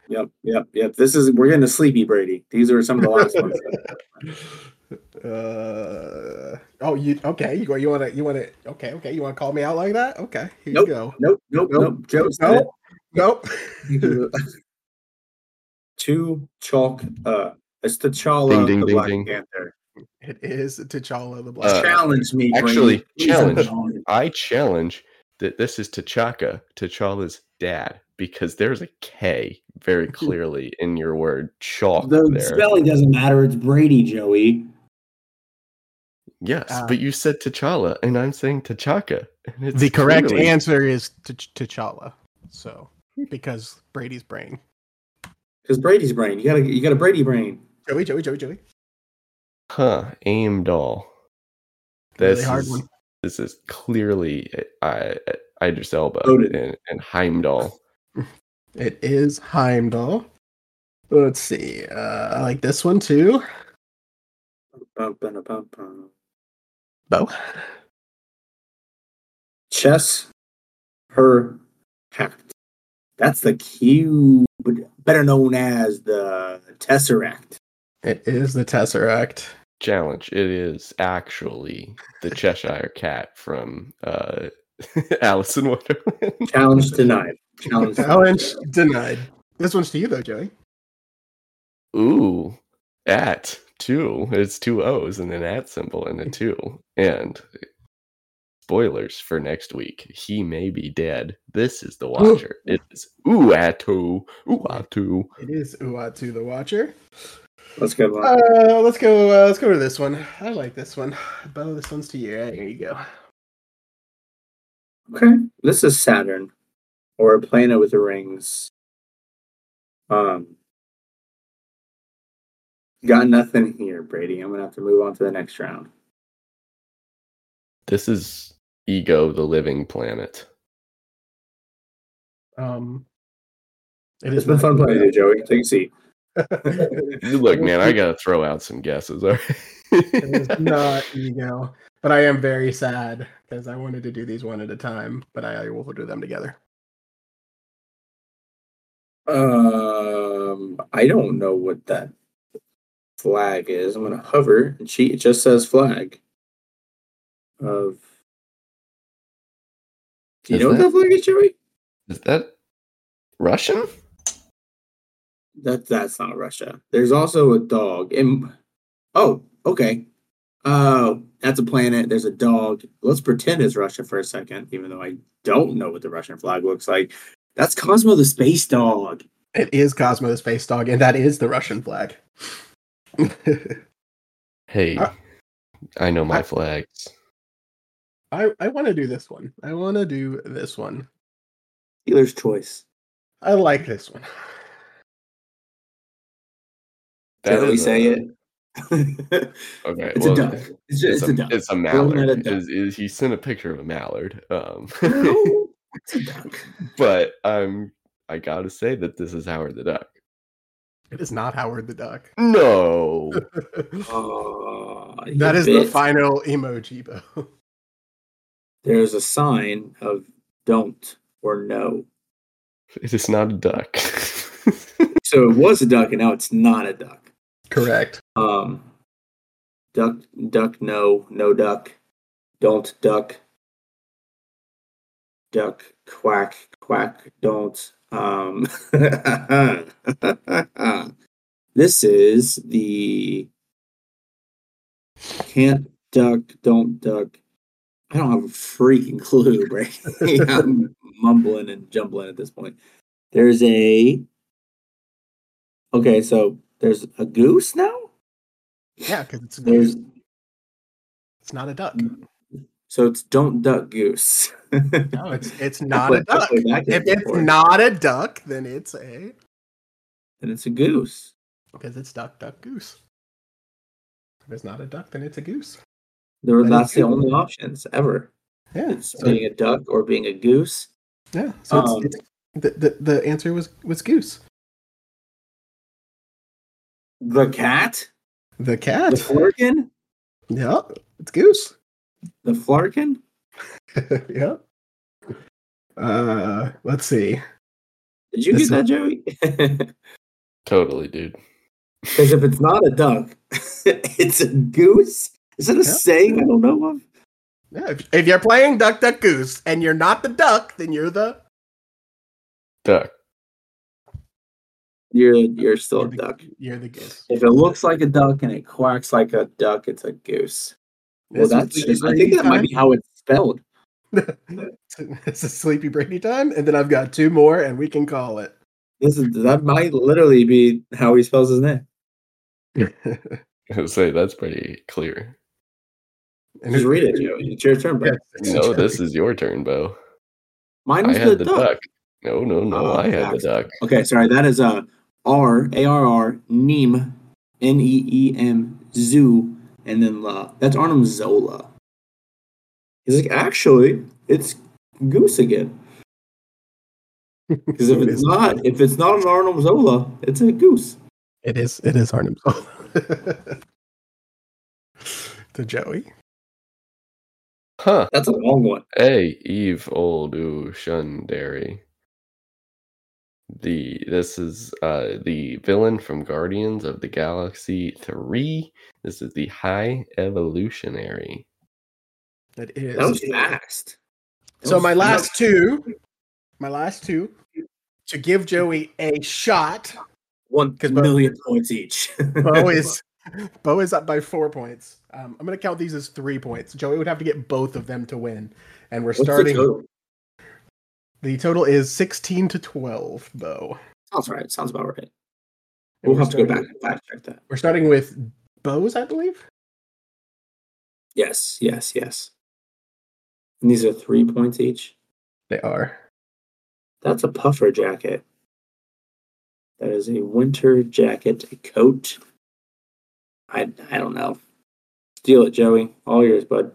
Speaker 3: Yep, yep, yep. This is we're getting to sleepy, Brady. These are some of the last ones.
Speaker 1: Uh, oh, you okay? You want you want to you want to okay okay you want to call me out like that? Okay, here
Speaker 3: Nope.
Speaker 1: you go.
Speaker 3: Nope, nope, nope. Joe said
Speaker 1: Nope.
Speaker 3: it. Two chalk. Uh, it's
Speaker 2: Ding,
Speaker 3: T'Challa,
Speaker 2: ding,
Speaker 3: the
Speaker 2: ding,
Speaker 3: Black
Speaker 2: ding.
Speaker 3: Panther.
Speaker 1: It is T'Challa the Black.
Speaker 2: Uh,
Speaker 3: challenge me. Brady.
Speaker 2: actually,
Speaker 3: Please
Speaker 2: challenge.
Speaker 3: challenge.
Speaker 2: I challenge that this is T'Chaka, T'Challa's dad, because there's a K very clearly in your word chalk
Speaker 4: The
Speaker 2: there.
Speaker 4: spelling doesn't matter. It's Brady, Joey.
Speaker 2: yes,
Speaker 1: Ah.
Speaker 2: but you said T'Challa, and I'm saying T'Chaka. and it's
Speaker 1: the correct
Speaker 2: clearly-
Speaker 1: answer is T- T'Challa. So because Brady's brain.
Speaker 3: Because Brady's brain. You gotta, you got a Brady brain.
Speaker 1: Joey, Joey, Joey, Joey.
Speaker 2: Huh? Aim doll. This
Speaker 1: really hard
Speaker 2: is,
Speaker 1: one.
Speaker 2: This is clearly eh, I, I, Idris Elba
Speaker 3: Loaded.
Speaker 2: and, and Heimdall.
Speaker 1: It is Heimdall. Let's see. Uh, I like this one too.
Speaker 3: Bum, bum, bum, bum.
Speaker 1: Bo.
Speaker 3: Chess. Her. Pact. That's the cube, better known as the Tesseract.
Speaker 1: It is the Tesseract.
Speaker 2: challenge. It is actually the Cheshire Cat from uh, Alice in Wonderland.
Speaker 3: Challenge denied. Challenge. denied.
Speaker 1: Challenge denied. This one's to you though, Joey.
Speaker 2: Ooh, at two. It's two O's and an at symbol and a two. And spoilers for next week. He may be dead. This is the Watcher. It is ooh at two. Ooh at two.
Speaker 1: It is Uatu the Watcher.
Speaker 3: Let's go. Lon.
Speaker 1: Uh, let's go. Uh, let's go to this one. I like this one. Bo, this one's to you. Right, here you go.
Speaker 3: Okay. This is Saturn or a planet with the rings. Um Got nothing here, Brady. I'm gonna have to move on to the next round.
Speaker 2: This is Ego, the living planet.
Speaker 1: Um, it
Speaker 3: It's been
Speaker 1: not-
Speaker 3: fun playing with you, Joey. Take a seat.
Speaker 2: Look, man, I gotta throw out some guesses. All
Speaker 1: it is
Speaker 2: right.
Speaker 1: not ego, but I am very sad because I wanted to do these one at a time, but I will do them together.
Speaker 3: Um, I don't know what that flag is. I'm gonna hover and see. It just says flag. Of. Do you
Speaker 2: Is
Speaker 3: know what
Speaker 2: that-
Speaker 3: that flag is, Joey?
Speaker 2: Is that Russian?
Speaker 3: That that's not Russia. There's also a dog. And oh, okay. Oh, that's a planet. There's a dog. Let's pretend it's Russia for a second, even though I don't know what the Russian flag looks like. That's Cosmo the space dog.
Speaker 1: It is Cosmo the Space Dog, and that is the Russian flag.
Speaker 2: Hey,
Speaker 1: Uh,
Speaker 2: I know my
Speaker 1: I-
Speaker 2: flags.
Speaker 1: I, I want to do this one. I want to do this one.
Speaker 3: Dealer's choice.
Speaker 1: I like this one.
Speaker 3: Did we
Speaker 2: is
Speaker 3: say
Speaker 2: a-
Speaker 3: it? it's
Speaker 2: Okay,
Speaker 3: a
Speaker 2: well,
Speaker 3: duck. It's,
Speaker 2: It's,
Speaker 3: just, it's,
Speaker 2: a,
Speaker 3: a, duck.
Speaker 2: it's a
Speaker 3: Throw him at
Speaker 2: mallard.
Speaker 3: a duck.
Speaker 2: Is- is- he sent a picture of a mallard. Um,
Speaker 3: No, it's a duck.
Speaker 2: but I'm I gotta say that this is Howard the Duck.
Speaker 1: It is not Howard the Duck.
Speaker 2: No,
Speaker 3: Oh, you
Speaker 1: that is the
Speaker 3: bitch.
Speaker 1: final emoji, Bo.
Speaker 3: There's a sign of don't or no.
Speaker 2: it is not a duck.
Speaker 3: So it was a duck, and now it's not a duck.
Speaker 1: Correct.
Speaker 3: Um, duck, duck, no, no duck, don't duck, duck, quack, quack, don't. Um, this is the can't duck, don't duck. I don't have a freaking clue, right? I'm mumbling and jumbling at this point. There's a okay, so there's a goose now.
Speaker 1: Yeah, because it's Mm. a
Speaker 3: There's
Speaker 1: goose. It's not a duck.
Speaker 3: so it's don't duck goose.
Speaker 1: No, it's it's
Speaker 3: That's
Speaker 1: not a
Speaker 3: what- that's
Speaker 1: duck.
Speaker 3: what that
Speaker 1: If
Speaker 3: is
Speaker 1: it's
Speaker 3: for.
Speaker 1: not a duck, then it's a
Speaker 3: then it's a goose.
Speaker 1: because it's duck, duck, goose. If it's not a duck, then it's a goose.
Speaker 3: There,
Speaker 1: That is
Speaker 3: that's the
Speaker 1: good.
Speaker 3: only options ever.
Speaker 1: Yeah.
Speaker 3: It's
Speaker 1: so-
Speaker 3: being a duck or being a goose.
Speaker 1: Yeah. So
Speaker 3: Um,
Speaker 1: it's, it's, the, the the answer was was goose.
Speaker 3: The cat,
Speaker 1: The
Speaker 3: the
Speaker 1: cat.
Speaker 3: flarkin,
Speaker 1: Yeah, it's goose.
Speaker 3: the flarkin.
Speaker 1: yeah. Uh, let's see.
Speaker 3: Did you
Speaker 1: This
Speaker 3: get that, Joey? Because
Speaker 2: totally, dude.
Speaker 3: if it's not a duck, it's a goose. Is that a
Speaker 1: Yeah.
Speaker 3: saying I don't know of?
Speaker 1: Yeah, if, if you're playing Duck Duck Goose and you're not the duck, then you're the
Speaker 2: Duck.
Speaker 3: You're you're still
Speaker 1: you're
Speaker 3: a
Speaker 1: the,
Speaker 3: duck.
Speaker 1: You're the goose.
Speaker 3: If it looks like a duck and it quacks like a duck, it's a goose. Well,
Speaker 1: This is
Speaker 3: that's
Speaker 1: Sleepy
Speaker 3: I think
Speaker 1: Brady
Speaker 3: that might be how it's spelled.
Speaker 1: time. this is Sleepy Brady time, and then I've got two more, and we can call it.
Speaker 3: This is that might literally be how he spells his name.
Speaker 2: I say that's pretty clear.
Speaker 1: And
Speaker 3: Just read it, Joe. It's your turn, bro.
Speaker 1: Yeah, it's
Speaker 2: No,
Speaker 1: Joey.
Speaker 2: this is your turn, Bo.
Speaker 3: Mine
Speaker 2: I
Speaker 3: was
Speaker 2: had
Speaker 3: the,
Speaker 2: the
Speaker 3: duck.
Speaker 2: duck. No, no, no.
Speaker 3: Oh,
Speaker 2: I had the
Speaker 3: facts.
Speaker 2: duck.
Speaker 3: Okay, sorry. That is a R A R R Neem N E E M Zoo and then La. That's Arnim Zola. He's like, actually, it's Goose again. Because if
Speaker 1: It
Speaker 3: it's
Speaker 1: is-
Speaker 3: not, if it's not an Arnim Zola, it's a goose.
Speaker 1: it is it is Arnim Zola. to Joey.
Speaker 2: Huh.
Speaker 3: That's a long one.
Speaker 2: Hey, Eve old ooh Shundary. The this is uh the villain from Guardians of the Galaxy 3. This is the High Evolutionary.
Speaker 1: It is.
Speaker 3: That was fast. That
Speaker 1: so
Speaker 3: was
Speaker 1: my
Speaker 3: fast.
Speaker 1: last two, my last two, to give Joey a shot.
Speaker 3: one
Speaker 1: 'Cause Bo-
Speaker 3: million points each.
Speaker 1: Bo is Bo is up by four points. Um, I'm gonna count these as three points. Joey would have to get both of them to win, and we're
Speaker 3: What's the
Speaker 1: starting. The total?
Speaker 3: total?
Speaker 1: is 16 to 12, Bo.
Speaker 3: Sounds right. Sounds about right.
Speaker 1: And
Speaker 3: We'll
Speaker 1: we're
Speaker 3: have to go back
Speaker 1: starting-
Speaker 3: and fact check that.
Speaker 1: We're starting with Bo's, I believe.
Speaker 3: Yes, yes, yes. And these are three points each.
Speaker 1: They are.
Speaker 3: That's a puffer jacket. That is a winter jacket, a coat. I I don't know. Steal it, Joey. All yours, bud.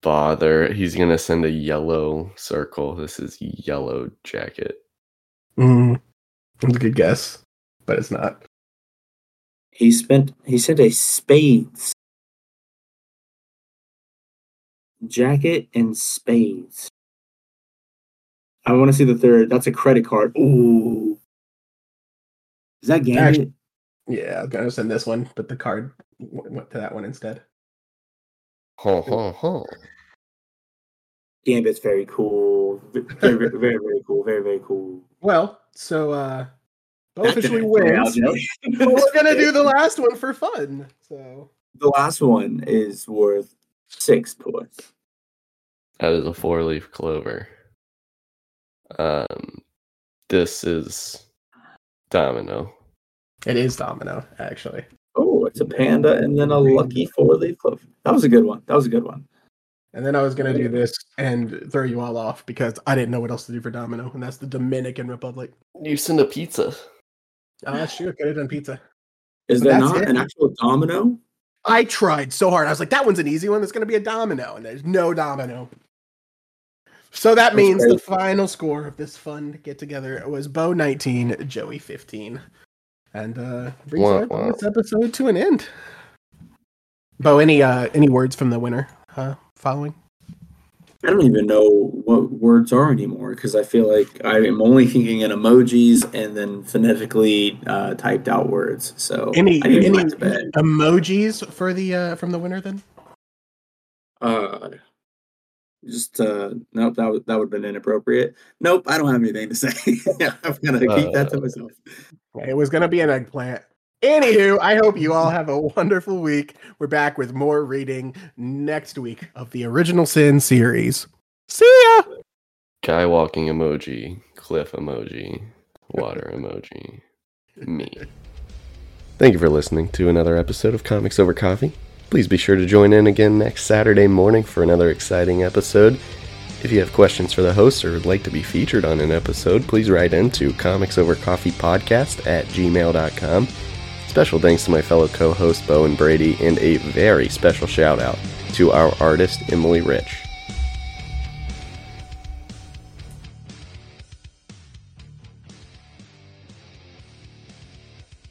Speaker 2: Father, he's gonna send a yellow circle. This is yellow jacket.
Speaker 1: Mm, that's a good guess, but it's not.
Speaker 3: He spent he sent a spades jacket and spades. I want to see the third. That's a credit card. Ooh. Is that Gambit?
Speaker 1: Actually- Yeah, I was gonna send this one, but the card w- went to that one instead.
Speaker 2: Ho ho ho.
Speaker 3: Gambit's very cool. Ve- Very, very, very, very cool. Very, very cool.
Speaker 1: Well, so uh Bo
Speaker 3: Back to
Speaker 1: officially
Speaker 3: that player,
Speaker 1: wins.
Speaker 3: Aljo.
Speaker 1: But we're gonna do the last one for fun. So
Speaker 3: The last one is worth six points.
Speaker 2: That is a four leaf clover. Um, this is domino.
Speaker 1: it is Domino, actually.
Speaker 3: Oh, it's a panda and then a lucky four leaf clover. That was a good one. That was a good one.
Speaker 1: And then I was gonna do this and throw you all off because I didn't know what else to do for Domino, and that's the Dominican Republic.
Speaker 2: You send a pizza.
Speaker 1: Ah, shoot, could have done pizza.
Speaker 3: Is
Speaker 1: But
Speaker 3: that
Speaker 1: that's
Speaker 3: not
Speaker 1: it.
Speaker 3: an actual domino?
Speaker 1: I tried so hard. I was like, that one's an easy one. It's going to be a domino. And there's no domino. So that
Speaker 3: That's
Speaker 1: means the
Speaker 3: crazy.
Speaker 1: final score of this fun get together was Bo 19, Joey 15. And uh brings
Speaker 2: Wah,
Speaker 1: our
Speaker 2: wah.
Speaker 1: bonus episode to an end. Bo, any uh any words from the winner uh following?
Speaker 3: I don't even know what words are anymore because I feel like I'm only thinking in emojis and then phonetically uh, typed out words. So
Speaker 1: Any-
Speaker 3: I need to go
Speaker 1: any-
Speaker 3: back to bed.
Speaker 1: Emojis for the uh from the winner then?
Speaker 3: Uh, just uh, nope. That would that would have been inappropriate. Nope. I don't have anything to say. I'm gonna keep that to
Speaker 2: Uh,
Speaker 3: myself.
Speaker 1: It was gonna be an eggplant. Anywho, I hope you all have a wonderful week. We're back with more reading next week of the Original Sin series. See ya!
Speaker 2: Guy walking emoji, cliff emoji, water emoji, me. Thank you for listening to another episode of Comics Over Coffee. Please be sure to join in again next Saturday morning for another exciting episode. If you have questions for the hosts or would like to be featured on an episode, please write in to comicsovercoffeepodcast at gmail.com. Special thanks to my fellow co hosts Bo and Brady, and a very special shout out to our artist, Emily Rich.